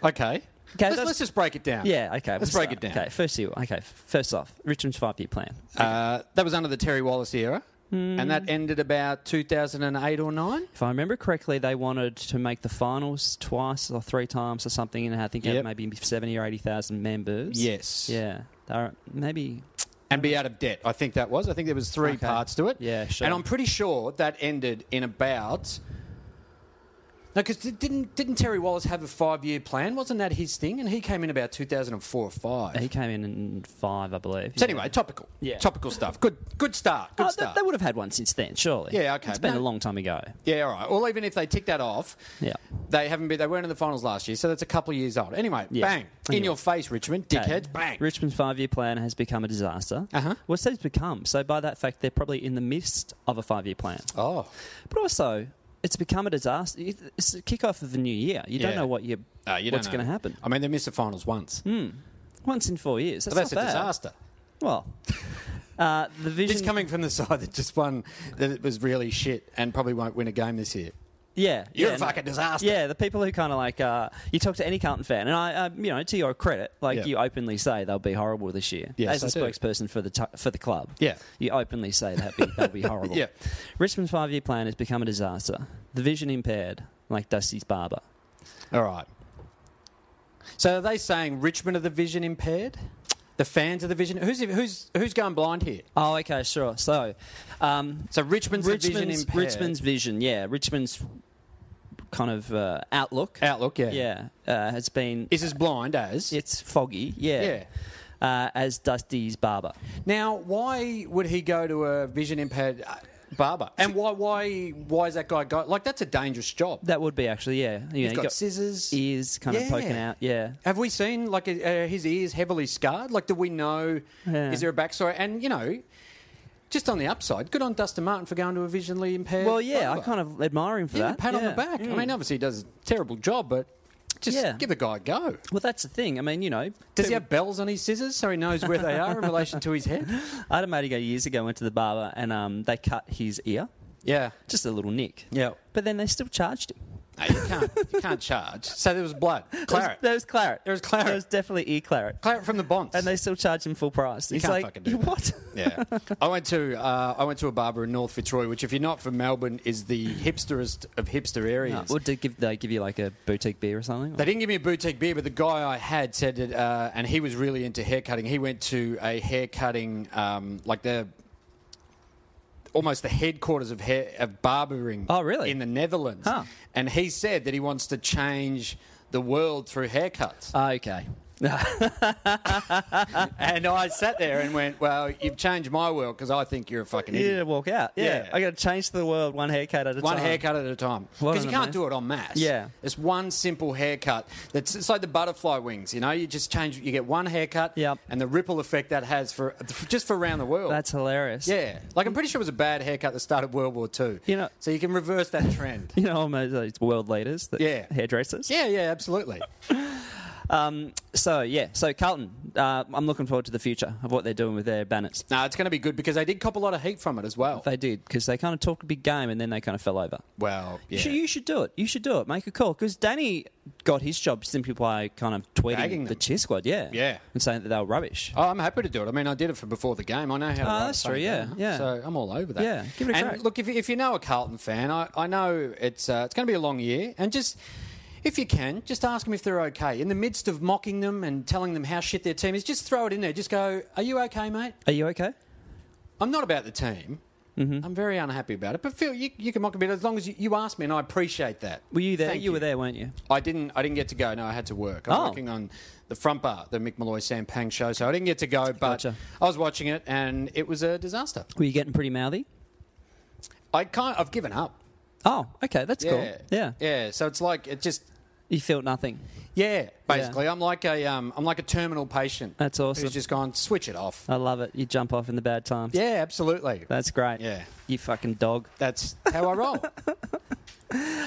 [SPEAKER 2] Okay. let's,
[SPEAKER 1] that's-
[SPEAKER 2] let's just break it down.
[SPEAKER 1] Yeah, okay.
[SPEAKER 2] Let's
[SPEAKER 1] we'll
[SPEAKER 2] break it
[SPEAKER 1] start.
[SPEAKER 2] down.
[SPEAKER 1] Okay, first, of all- okay, first off, Richmond's five year plan.
[SPEAKER 2] Uh, that was under the Terry Wallace era,
[SPEAKER 1] Hmm.
[SPEAKER 2] and that ended about 2008 or nine.
[SPEAKER 1] If I remember correctly, they wanted to make the finals twice or three times or something, and I think had
[SPEAKER 2] Yep.
[SPEAKER 1] maybe seventy or eighty thousand members.
[SPEAKER 2] Yes.
[SPEAKER 1] yeah, They were- maybe
[SPEAKER 2] And be out of debt. I think that was. I think there was three
[SPEAKER 1] Okay.
[SPEAKER 2] parts to it.
[SPEAKER 1] Yeah, sure.
[SPEAKER 2] And I'm pretty sure that ended in about. No, because didn't didn't Terry Wallace have a five year plan? Wasn't that his thing? And he came in about 2004 or five.
[SPEAKER 1] he came in in five, I believe.
[SPEAKER 2] So anyway, topical.
[SPEAKER 1] Yeah.
[SPEAKER 2] Topical stuff. Good. Good start. Good
[SPEAKER 1] Oh, they,
[SPEAKER 2] start.
[SPEAKER 1] they would have had one since then, surely.
[SPEAKER 2] Yeah, okay.
[SPEAKER 1] It's been
[SPEAKER 2] No.
[SPEAKER 1] a long time ago.
[SPEAKER 2] Yeah, all right. Well, even if they tick that off,
[SPEAKER 1] Yeah.
[SPEAKER 2] they haven't been. They weren't in the finals last year, so that's a couple of years old. Anyway,
[SPEAKER 1] Yeah.
[SPEAKER 2] bang in
[SPEAKER 1] Anyway.
[SPEAKER 2] your face, Richmond,
[SPEAKER 1] Okay.
[SPEAKER 2] dickhead, bang.
[SPEAKER 1] Richmond's five-year plan has become a disaster.
[SPEAKER 2] Uh-huh.
[SPEAKER 1] What's it's become? So by that fact, they're probably in the midst of a five-year plan.
[SPEAKER 2] oh,
[SPEAKER 1] But also, it's become a disaster. It's the kickoff of the new year. You don't
[SPEAKER 2] Yeah.
[SPEAKER 1] know what you,
[SPEAKER 2] Uh, you don't
[SPEAKER 1] what's
[SPEAKER 2] know.
[SPEAKER 1] going to happen.
[SPEAKER 2] I mean, they missed the finals once.
[SPEAKER 1] Once in four years.
[SPEAKER 2] But
[SPEAKER 1] That's,
[SPEAKER 2] that's a
[SPEAKER 1] not bad.
[SPEAKER 2] disaster.
[SPEAKER 1] Well, uh, the
[SPEAKER 2] This
[SPEAKER 1] vision.
[SPEAKER 2] coming from the side that just won, that it was really shit and probably won't win a game this year.
[SPEAKER 1] yeah,
[SPEAKER 2] You're
[SPEAKER 1] yeah,
[SPEAKER 2] a fucking disaster.
[SPEAKER 1] Yeah, the people who kind of like uh, you talk to any Carlton fan, and I, uh, you know, to your credit, like
[SPEAKER 2] Yeah.
[SPEAKER 1] you openly say they'll be horrible this year.
[SPEAKER 2] Yes,
[SPEAKER 1] As a
[SPEAKER 2] I do.
[SPEAKER 1] spokesperson for the t- for the club,
[SPEAKER 2] Yeah.
[SPEAKER 1] you openly say that be, they'll be horrible.
[SPEAKER 2] Yeah.
[SPEAKER 1] Richmond's five year plan has become a disaster. The vision impaired, like Dusty's barber.
[SPEAKER 2] All right. So are they saying Richmond are the vision impaired? The fans of the vision. Who's who's who's going blind here?
[SPEAKER 1] Oh, okay, sure. So, um,
[SPEAKER 2] So Richmond's, the vision
[SPEAKER 1] Richmond's
[SPEAKER 2] impaired.
[SPEAKER 1] Richmond's vision, yeah, Richmond's kind of uh, outlook,
[SPEAKER 2] outlook. Yeah.
[SPEAKER 1] yeah, uh, has been
[SPEAKER 2] Is as blind as
[SPEAKER 1] it's foggy, yeah. Uh, as Dusty's barber.
[SPEAKER 2] Now, why would he go to a vision impaired uh, barber? And why why why is that guy go like that's a dangerous job?
[SPEAKER 1] That would be actually, yeah. You
[SPEAKER 2] He's
[SPEAKER 1] know,
[SPEAKER 2] got,
[SPEAKER 1] you got
[SPEAKER 2] scissors.
[SPEAKER 1] ears kind of
[SPEAKER 2] Yeah.
[SPEAKER 1] poking out, yeah.
[SPEAKER 2] Have we seen like uh, his ears heavily scarred? Like, do we know?
[SPEAKER 1] Yeah.
[SPEAKER 2] Is there a backstory? And you know, just on the upside, good on Dustin Martin for going to a visually impaired.
[SPEAKER 1] Well, yeah, I
[SPEAKER 2] barber.
[SPEAKER 1] kind of admire him for
[SPEAKER 2] yeah,
[SPEAKER 1] that.
[SPEAKER 2] pat on the
[SPEAKER 1] yeah.
[SPEAKER 2] back. I
[SPEAKER 1] Mm.
[SPEAKER 2] mean, obviously he does a terrible job, but just
[SPEAKER 1] Yeah.
[SPEAKER 2] give the guy a go.
[SPEAKER 1] well, that's the thing. I mean, you know,
[SPEAKER 2] Does he have bells on his scissors so he knows where they are in relation to his head?
[SPEAKER 1] I had a mate who years ago went to the barber and um, they cut his ear,
[SPEAKER 2] Yeah,
[SPEAKER 1] just a little nick.
[SPEAKER 2] yeah.
[SPEAKER 1] But then they still charged him.
[SPEAKER 2] No, you can't. You can't charge. So there was blood, claret.
[SPEAKER 1] There was, there was claret.
[SPEAKER 2] There was claret.
[SPEAKER 1] There was definitely ear claret.
[SPEAKER 2] Claret from the Bonds.
[SPEAKER 1] And they still charge him full price. He's
[SPEAKER 2] can't
[SPEAKER 1] like,
[SPEAKER 2] fucking do that.
[SPEAKER 1] what?
[SPEAKER 2] yeah, I went to uh, I went to a barber in North Fitzroy, which, if you're not from Melbourne, is the hipsterest of hipster areas.
[SPEAKER 1] Or did give, they give you like a boutique beer or something?
[SPEAKER 2] They didn't give me a boutique beer, but the guy I had said that, uh, and he was really into haircutting. He went to a haircutting, um, like the almost the headquarters of hair of barbering.
[SPEAKER 1] Oh, really?
[SPEAKER 2] In the Netherlands,
[SPEAKER 1] Huh.
[SPEAKER 2] and he said that he wants to change the world through haircuts.
[SPEAKER 1] Ah, okay.
[SPEAKER 2] and I sat there and went, "Well, you've changed my world because I think you're a fucking
[SPEAKER 1] You need to
[SPEAKER 2] idiot."
[SPEAKER 1] walk out. Yeah.
[SPEAKER 2] Yeah.
[SPEAKER 1] I got to change the world one haircut at a
[SPEAKER 2] One
[SPEAKER 1] time.
[SPEAKER 2] haircut at a time
[SPEAKER 1] What
[SPEAKER 2] because
[SPEAKER 1] an
[SPEAKER 2] you can't
[SPEAKER 1] amazing-
[SPEAKER 2] do it en masse.
[SPEAKER 1] Yeah.
[SPEAKER 2] it's one simple haircut. That's it's like the butterfly wings. You know, you just change. You get one haircut,
[SPEAKER 1] Yep.
[SPEAKER 2] and the ripple effect that has for just for around the world.
[SPEAKER 1] That's hilarious.
[SPEAKER 2] yeah. Like I'm pretty sure it was a bad haircut that started World War Two.
[SPEAKER 1] You know-
[SPEAKER 2] so you can reverse that trend.
[SPEAKER 1] You know, all those world leaders, the
[SPEAKER 2] Yeah.
[SPEAKER 1] hairdressers.
[SPEAKER 2] yeah, yeah, absolutely.
[SPEAKER 1] Um, so, yeah. So, Carlton, uh, I'm looking forward to the future of what they're doing with their banners.
[SPEAKER 2] No, it's going to be good because they did cop a lot of heat from it as well.
[SPEAKER 1] They did, because they kind of talked a big game and then they kind of fell over.
[SPEAKER 2] well,
[SPEAKER 1] You
[SPEAKER 2] yeah.
[SPEAKER 1] should- you should do it. You should do it. Make a call. Because Danny got his job simply by kind of tweeting
[SPEAKER 2] Bagging
[SPEAKER 1] the
[SPEAKER 2] them.
[SPEAKER 1] cheer squad, yeah.
[SPEAKER 2] Yeah.
[SPEAKER 1] And saying that they were rubbish.
[SPEAKER 2] Oh, I'm happy to do it. I mean, I did it for before the game. I know how. to
[SPEAKER 1] Oh,
[SPEAKER 2] write
[SPEAKER 1] that's
[SPEAKER 2] a song
[SPEAKER 1] true, yeah,
[SPEAKER 2] down,
[SPEAKER 1] yeah.
[SPEAKER 2] So I'm all over that.
[SPEAKER 1] Yeah, give it a
[SPEAKER 2] and
[SPEAKER 1] crack.
[SPEAKER 2] look, if, if you know a Carlton fan, I, I know it's uh, it's going to be a long year, and just. If you can, just ask them if they're okay. In the midst of mocking them and telling them how shit their team is, just throw it in there. Just go, "Are you okay, mate?"
[SPEAKER 1] Are you okay?
[SPEAKER 2] I'm not about the team. Mm-hmm. I'm very unhappy about it. But Phil, you, you can mock a bit as long as you, you ask me, and I appreciate that.
[SPEAKER 1] Were you there?
[SPEAKER 2] Thank
[SPEAKER 1] you were there, weren't you?
[SPEAKER 2] I didn't. I didn't get to go. No, I had to work. I was
[SPEAKER 1] Oh.
[SPEAKER 2] working on the front bar, the Mick Malloy Sam Pang show, so I didn't get to go. But
[SPEAKER 1] Gotcha.
[SPEAKER 2] I was watching it, and it was a disaster.
[SPEAKER 1] Were you getting pretty mouthy?
[SPEAKER 2] I can't. I've given up.
[SPEAKER 1] Oh, okay, that's
[SPEAKER 2] Yeah.
[SPEAKER 1] cool. Yeah.
[SPEAKER 2] Yeah. So it's like it just.
[SPEAKER 1] You felt nothing.
[SPEAKER 2] Yeah. Basically, I'm like a. Um, I'm like a terminal patient.
[SPEAKER 1] That's awesome. Oh.
[SPEAKER 2] Who's just gone. Switch it off.
[SPEAKER 1] I love it. You jump off in the bad times.
[SPEAKER 2] Yeah. Absolutely.
[SPEAKER 1] That's great.
[SPEAKER 2] Yeah.
[SPEAKER 1] You fucking dog.
[SPEAKER 2] That's how I roll.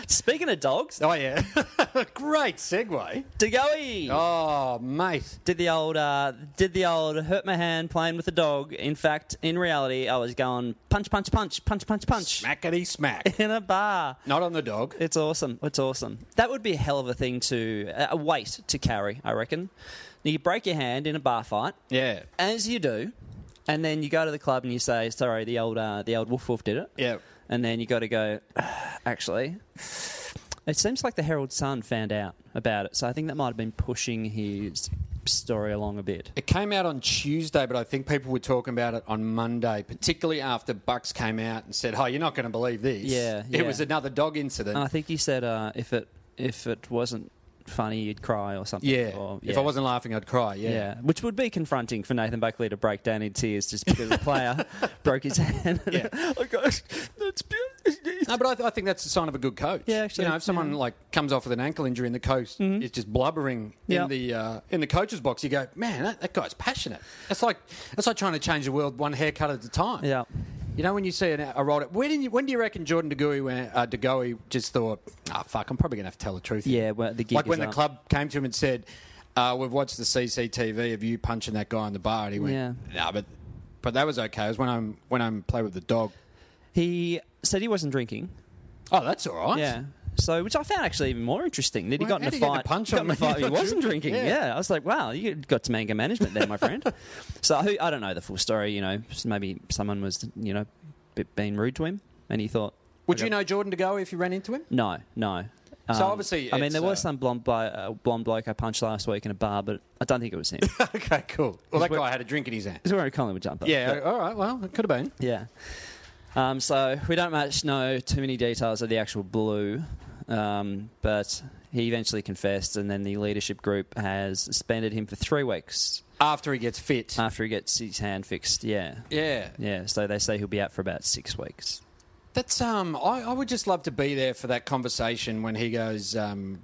[SPEAKER 1] Speaking of dogs,
[SPEAKER 2] oh yeah. Great segue.
[SPEAKER 1] Degoe
[SPEAKER 2] Oh mate.
[SPEAKER 1] did the old uh, did the old hurt my hand playing with a dog. In fact, in reality, I was going punch, punch, punch, punch, punch, punch
[SPEAKER 2] Smackety smack.
[SPEAKER 1] in a bar.
[SPEAKER 2] Not on the dog.
[SPEAKER 1] It's awesome. It's awesome. That would be a hell of a thing to a weight to carry. I reckon. You break your hand in a bar fight.
[SPEAKER 2] Yeah.
[SPEAKER 1] as you do, and then you go to the club and you say, "Sorry, the old uh, the old woof woof did it."
[SPEAKER 2] Yeah.
[SPEAKER 1] And then you got to go. Actually, it seems like the Herald Sun found out about it, so I think that might have been pushing his story along a bit.
[SPEAKER 2] It came out on Tuesday, but I think people were talking about it on Monday, particularly after Bucks came out and said, "Oh, you're not going to believe this."
[SPEAKER 1] Yeah, yeah.
[SPEAKER 2] it was another dog incident.
[SPEAKER 1] And I think he said, uh, "If it if it wasn't funny, you'd cry or something."
[SPEAKER 2] yeah.
[SPEAKER 1] Or,
[SPEAKER 2] if I wasn't laughing, I'd cry. Yeah,
[SPEAKER 1] oh, Yeah. which would be confronting for Nathan Buckley to break down in tears just because the player broke his hand.
[SPEAKER 2] Yeah.
[SPEAKER 1] oh gosh, that's beautiful.
[SPEAKER 2] No, but I, th- I think that's the sign of a good coach.
[SPEAKER 1] Yeah, Mm-hmm. actually,
[SPEAKER 2] you know, if someone like comes off with an ankle injury and the coach is just blubbering
[SPEAKER 1] Yep.
[SPEAKER 2] in the uh, in the coach's box, you go, "Man, that, that guy's passionate." That's like that's like trying to change the world one haircut at a time.
[SPEAKER 1] Yeah.
[SPEAKER 2] You know, when you see an, a rolled up, when, you, when do you reckon Jordan DeGoey, went- uh, DeGoey just thought, ah, fuck, I'm probably going to have to tell the truth. here."
[SPEAKER 1] Yeah, well, the gig
[SPEAKER 2] Like
[SPEAKER 1] is
[SPEAKER 2] when the
[SPEAKER 1] up.
[SPEAKER 2] club came to him and said, uh, we've watched the CCTV of you punching that guy in the bar. And he went,
[SPEAKER 1] Yeah.
[SPEAKER 2] nah, but, but that was okay. It was when I'm, when I'm playing with the dog.
[SPEAKER 1] He said he wasn't drinking.
[SPEAKER 2] Oh, that's all right.
[SPEAKER 1] Yeah. So, which I found actually even more interesting that he
[SPEAKER 2] Well,
[SPEAKER 1] got in
[SPEAKER 2] how
[SPEAKER 1] a
[SPEAKER 2] do you get
[SPEAKER 1] fight.
[SPEAKER 2] the punch
[SPEAKER 1] got
[SPEAKER 2] on
[SPEAKER 1] in a
[SPEAKER 2] when
[SPEAKER 1] fight. He
[SPEAKER 2] you're
[SPEAKER 1] wasn't drinking.
[SPEAKER 2] drinking?
[SPEAKER 1] Yeah.
[SPEAKER 2] Yeah.
[SPEAKER 1] I was like, wow, you got some anger management there, my friend. so who, I don't know the full story. You know, just maybe someone was you know b- being rude to him, and he thought,
[SPEAKER 2] Would
[SPEAKER 1] I
[SPEAKER 2] you
[SPEAKER 1] got-
[SPEAKER 2] know Jordan DeGoey if you ran into him?
[SPEAKER 1] No, no. Um,
[SPEAKER 2] So obviously
[SPEAKER 1] I mean,
[SPEAKER 2] it's,
[SPEAKER 1] there was
[SPEAKER 2] uh,
[SPEAKER 1] some blonde, blo- uh, blonde bloke I punched last week in a bar, but I don't think it was him.
[SPEAKER 2] okay, cool. Well, that
[SPEAKER 1] where-
[SPEAKER 2] guy had a drink in his hand.
[SPEAKER 1] He's wearing a Collingwood jumper.
[SPEAKER 2] Yeah, all right. Well, it could have been.
[SPEAKER 1] But- yeah. Um, so we don't much know too many details of the actual blue, um, but he eventually confessed, and then the leadership group has suspended him for three weeks
[SPEAKER 2] After he gets fit.
[SPEAKER 1] after he gets his hand fixed. Yeah,
[SPEAKER 2] yeah.
[SPEAKER 1] yeah. So they say he'll be out for about six weeks.
[SPEAKER 2] That's um. I, I would just love to be there for that conversation when he goes. Um,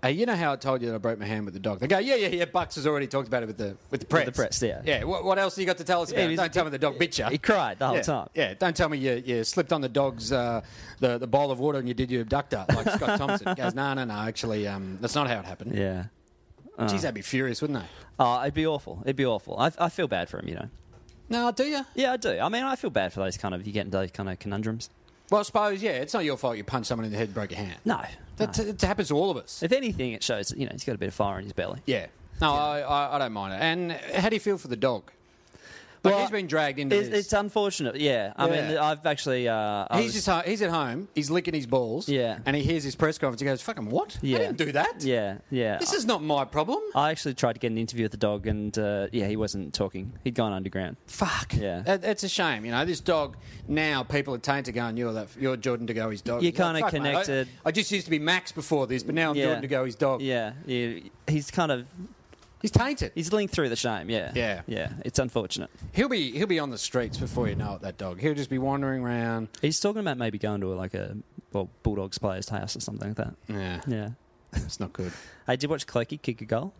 [SPEAKER 2] hey, you know how I told you that I broke my hand with the dog? They go, yeah, yeah, yeah. Bucks has already talked about it with the with the press.
[SPEAKER 1] the press, yeah.
[SPEAKER 2] Yeah. What, what else have you got to tell us
[SPEAKER 1] Yeah,
[SPEAKER 2] about?
[SPEAKER 1] he's-
[SPEAKER 2] don't tell me the dog bit you.
[SPEAKER 1] He cried the whole
[SPEAKER 2] yeah,
[SPEAKER 1] time.
[SPEAKER 2] Yeah. Don't tell me you, you slipped on the dog's uh, the the bowl of water and you did your abductor like Scott Thompson. He goes, no, no, no. Actually, um, that's not how it happened.
[SPEAKER 1] Yeah.
[SPEAKER 2] Jeez, they'd be furious, wouldn't they?
[SPEAKER 1] Oh, it'd be awful. It'd be awful. I, I feel bad for him, you know.
[SPEAKER 2] No, do you?
[SPEAKER 1] Yeah, I do. I mean, I feel bad for those kind of you get into those kind of conundrums.
[SPEAKER 2] Well, I suppose yeah. It's not your fault you punched someone in the head, and broke your hand.
[SPEAKER 1] No,
[SPEAKER 2] That,
[SPEAKER 1] no.
[SPEAKER 2] that happens to all of us.
[SPEAKER 1] If anything, it shows that, you know he's got a bit of fire in his belly.
[SPEAKER 2] Yeah. No, I, I, I don't mind it. And how do you feel for the dog? Like he's been dragged into
[SPEAKER 1] It's,
[SPEAKER 2] this.
[SPEAKER 1] it's unfortunate. Yeah, I mean,
[SPEAKER 2] Yeah.
[SPEAKER 1] I've actually uh, I
[SPEAKER 2] he's
[SPEAKER 1] was-
[SPEAKER 2] just ho- he's at home. He's licking his balls.
[SPEAKER 1] Yeah.
[SPEAKER 2] And he hears his press conference. He goes, "Fucking what?
[SPEAKER 1] yeah.
[SPEAKER 2] I didn't do that.
[SPEAKER 1] Yeah, Oh, yeah.
[SPEAKER 2] This
[SPEAKER 1] I-
[SPEAKER 2] is not my problem.
[SPEAKER 1] I actually tried to get an interview with the dog, and uh, yeah, he wasn't talking. He'd gone underground.
[SPEAKER 2] Fuck.
[SPEAKER 1] Yeah.
[SPEAKER 2] That, that's a shame. You know, this dog now people are tainted going, "You're that. You're Jordan to go his dog."
[SPEAKER 1] You're
[SPEAKER 2] He's like,
[SPEAKER 1] kinda
[SPEAKER 2] "Fuck, mate, I-
[SPEAKER 1] connected."
[SPEAKER 2] I, just used to be Max before this, but now I'm
[SPEAKER 1] Yeah.
[SPEAKER 2] Jordan to go his dog.
[SPEAKER 1] Yeah, he- he's kind of
[SPEAKER 2] He's tainted.
[SPEAKER 1] He's linked through the shame. Yeah.
[SPEAKER 2] Yeah.
[SPEAKER 1] Yeah. It's unfortunate.
[SPEAKER 2] He'll be he'll be on the streets before you know it. That dog. He'll just be wandering around.
[SPEAKER 1] He's talking about maybe going to like a well Bulldogs player's house or something like that.
[SPEAKER 2] Yeah,
[SPEAKER 1] Yeah.
[SPEAKER 2] it's not good.
[SPEAKER 1] I did watch Clokey kick a goal.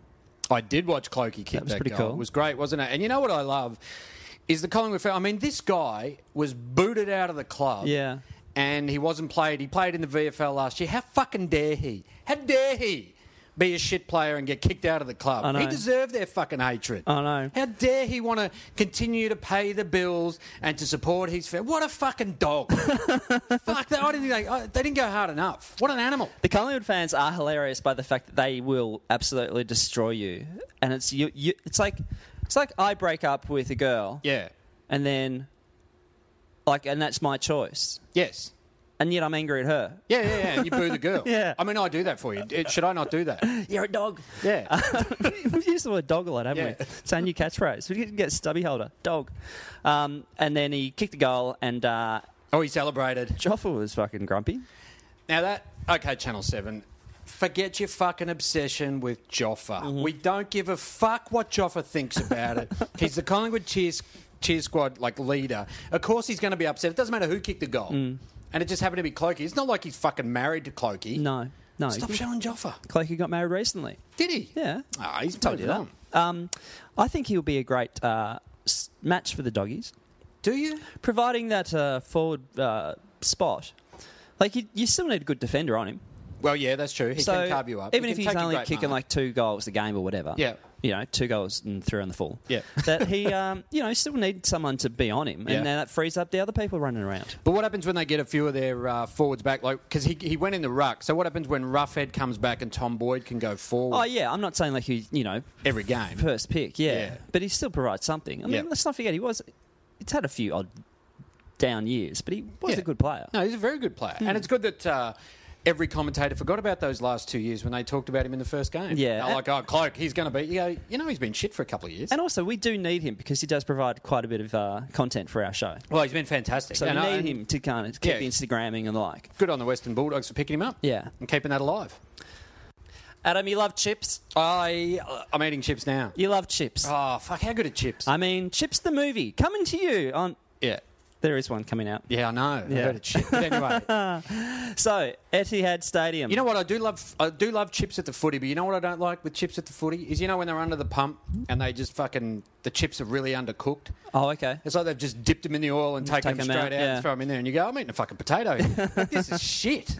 [SPEAKER 2] I did watch Clokey kick that,
[SPEAKER 1] was pretty
[SPEAKER 2] goal.
[SPEAKER 1] cool.
[SPEAKER 2] It was great, wasn't it? And you know what I love is the Collingwood. Fan. I mean, this guy was booted out of the club.
[SPEAKER 1] Yeah.
[SPEAKER 2] and he wasn't played. He played in the VFL last year. How fucking dare he? How dare he be a shit player and get kicked out of the
[SPEAKER 1] I
[SPEAKER 2] club?
[SPEAKER 1] know.
[SPEAKER 2] He deserved their fucking hatred.
[SPEAKER 1] I know.
[SPEAKER 2] How dare he want to continue to pay the bills and to support his family? What a fucking dog! Fuck that! I didn't think they, I, they didn't go hard enough. What an animal!
[SPEAKER 1] The Collingwood fans are hilarious by the fact that they will absolutely destroy you, and it's you. you it's like it's like I break up with a girl,
[SPEAKER 2] Yeah.
[SPEAKER 1] and then like, and that's my choice,
[SPEAKER 2] Yes.
[SPEAKER 1] and yet I'm angry at her.
[SPEAKER 2] Yeah, yeah, yeah. and You boo the girl.
[SPEAKER 1] Yeah.
[SPEAKER 2] I mean, I do that for you. It- should I not do that?
[SPEAKER 1] You're a dog.
[SPEAKER 2] Yeah.
[SPEAKER 1] We've used the word dog a lot, haven't we?
[SPEAKER 2] Yeah.
[SPEAKER 1] It's our new catchphrase. We didn't get stubby holder, dog. Um, and then he kicked a goal, and uh,
[SPEAKER 2] Oh, he celebrated.
[SPEAKER 1] Joffa was fucking grumpy.
[SPEAKER 2] Now that okay, Channel Seven. Forget your fucking obsession with Joffa. We don't give a fuck what Joffa thinks about it. he's the Collingwood cheer, cheer squad like leader. Of course, he's going to be upset. It doesn't matter who kicked the goal, and it just happened to be Clokey. It's not like he's fucking married to Clokey.
[SPEAKER 1] No, no.
[SPEAKER 2] Stop showing Joffa.
[SPEAKER 1] Clokey got married recently.
[SPEAKER 2] Did he?
[SPEAKER 1] Yeah.
[SPEAKER 2] Ah, he's
[SPEAKER 1] Told you
[SPEAKER 2] moved
[SPEAKER 1] that.
[SPEAKER 2] on.
[SPEAKER 1] Um, I think he'll be a great uh, s- match for the doggies,
[SPEAKER 2] Do you?
[SPEAKER 1] providing that uh, forward uh, spot. Like you, you still need a good defender on him.
[SPEAKER 2] Well, yeah, that's true. He
[SPEAKER 1] so
[SPEAKER 2] can carve you up.
[SPEAKER 1] even
[SPEAKER 2] He
[SPEAKER 1] if
[SPEAKER 2] can
[SPEAKER 1] he's
[SPEAKER 2] take a
[SPEAKER 1] only
[SPEAKER 2] great
[SPEAKER 1] kicking
[SPEAKER 2] mark.
[SPEAKER 1] like two goals a game or whatever,
[SPEAKER 2] Yeah.
[SPEAKER 1] you know, two goals and three on the full,
[SPEAKER 2] Yeah.
[SPEAKER 1] that he, um, you know, still needs someone to be on him, and
[SPEAKER 2] Yeah.
[SPEAKER 1] then that frees up the other people running around.
[SPEAKER 2] But what happens when they get a few of their uh, forwards back? Like, because he, he went in the ruck. So what happens when Roughhead comes back and Tom Boyd can go forward
[SPEAKER 1] Oh yeah, I'm not saying like he, you know,
[SPEAKER 2] every game?
[SPEAKER 1] first pick, yeah,
[SPEAKER 2] Yeah.
[SPEAKER 1] but he still provides something. I mean,
[SPEAKER 2] Yeah.
[SPEAKER 1] let's not forget he was, it's had a few odd down years, but he was
[SPEAKER 2] Yeah.
[SPEAKER 1] a good player.
[SPEAKER 2] No, he's a very good player,
[SPEAKER 1] Hmm.
[SPEAKER 2] and it's good that. Uh, Every commentator forgot about those last two years when they talked about him in the first game.
[SPEAKER 1] Yeah.
[SPEAKER 2] They're like, oh, Cloak, he's going to be. You know, you know, he's been shit for a couple of years.
[SPEAKER 1] And also, we do need him because he does provide quite a bit of uh, content for our show.
[SPEAKER 2] well, he's been fantastic.
[SPEAKER 1] So
[SPEAKER 2] And
[SPEAKER 1] we
[SPEAKER 2] I-
[SPEAKER 1] need
[SPEAKER 2] and
[SPEAKER 1] him to kind of keep
[SPEAKER 2] Yeah.
[SPEAKER 1] the Instagramming and the like.
[SPEAKER 2] Good on the Western Bulldogs for picking him up.
[SPEAKER 1] Yeah.
[SPEAKER 2] And keeping that alive.
[SPEAKER 1] Adam, you love chips.
[SPEAKER 2] I, uh, I'm eating chips now.
[SPEAKER 1] You love chips.
[SPEAKER 2] Oh, fuck, how good are chips?
[SPEAKER 1] I mean, Chips the movie coming to you on.
[SPEAKER 2] yeah.
[SPEAKER 1] There is one coming out.
[SPEAKER 2] Yeah, I know.
[SPEAKER 1] Yeah.
[SPEAKER 2] I heard it's shit. But anyway,
[SPEAKER 1] So Etihad Stadium.
[SPEAKER 2] You know what? I do love I do love chips at the footy, but you know what I don't like with chips at the footy is you know when they're under the pump and they just fucking the chips are really undercooked.
[SPEAKER 1] Oh, okay.
[SPEAKER 2] It's like they've just dipped them in the oil and taken
[SPEAKER 1] Take
[SPEAKER 2] them
[SPEAKER 1] 'em
[SPEAKER 2] straight
[SPEAKER 1] out,
[SPEAKER 2] out,
[SPEAKER 1] yeah.
[SPEAKER 2] and throw them in there, and you go, I'm eating a fucking potato. here." Like, this is shit.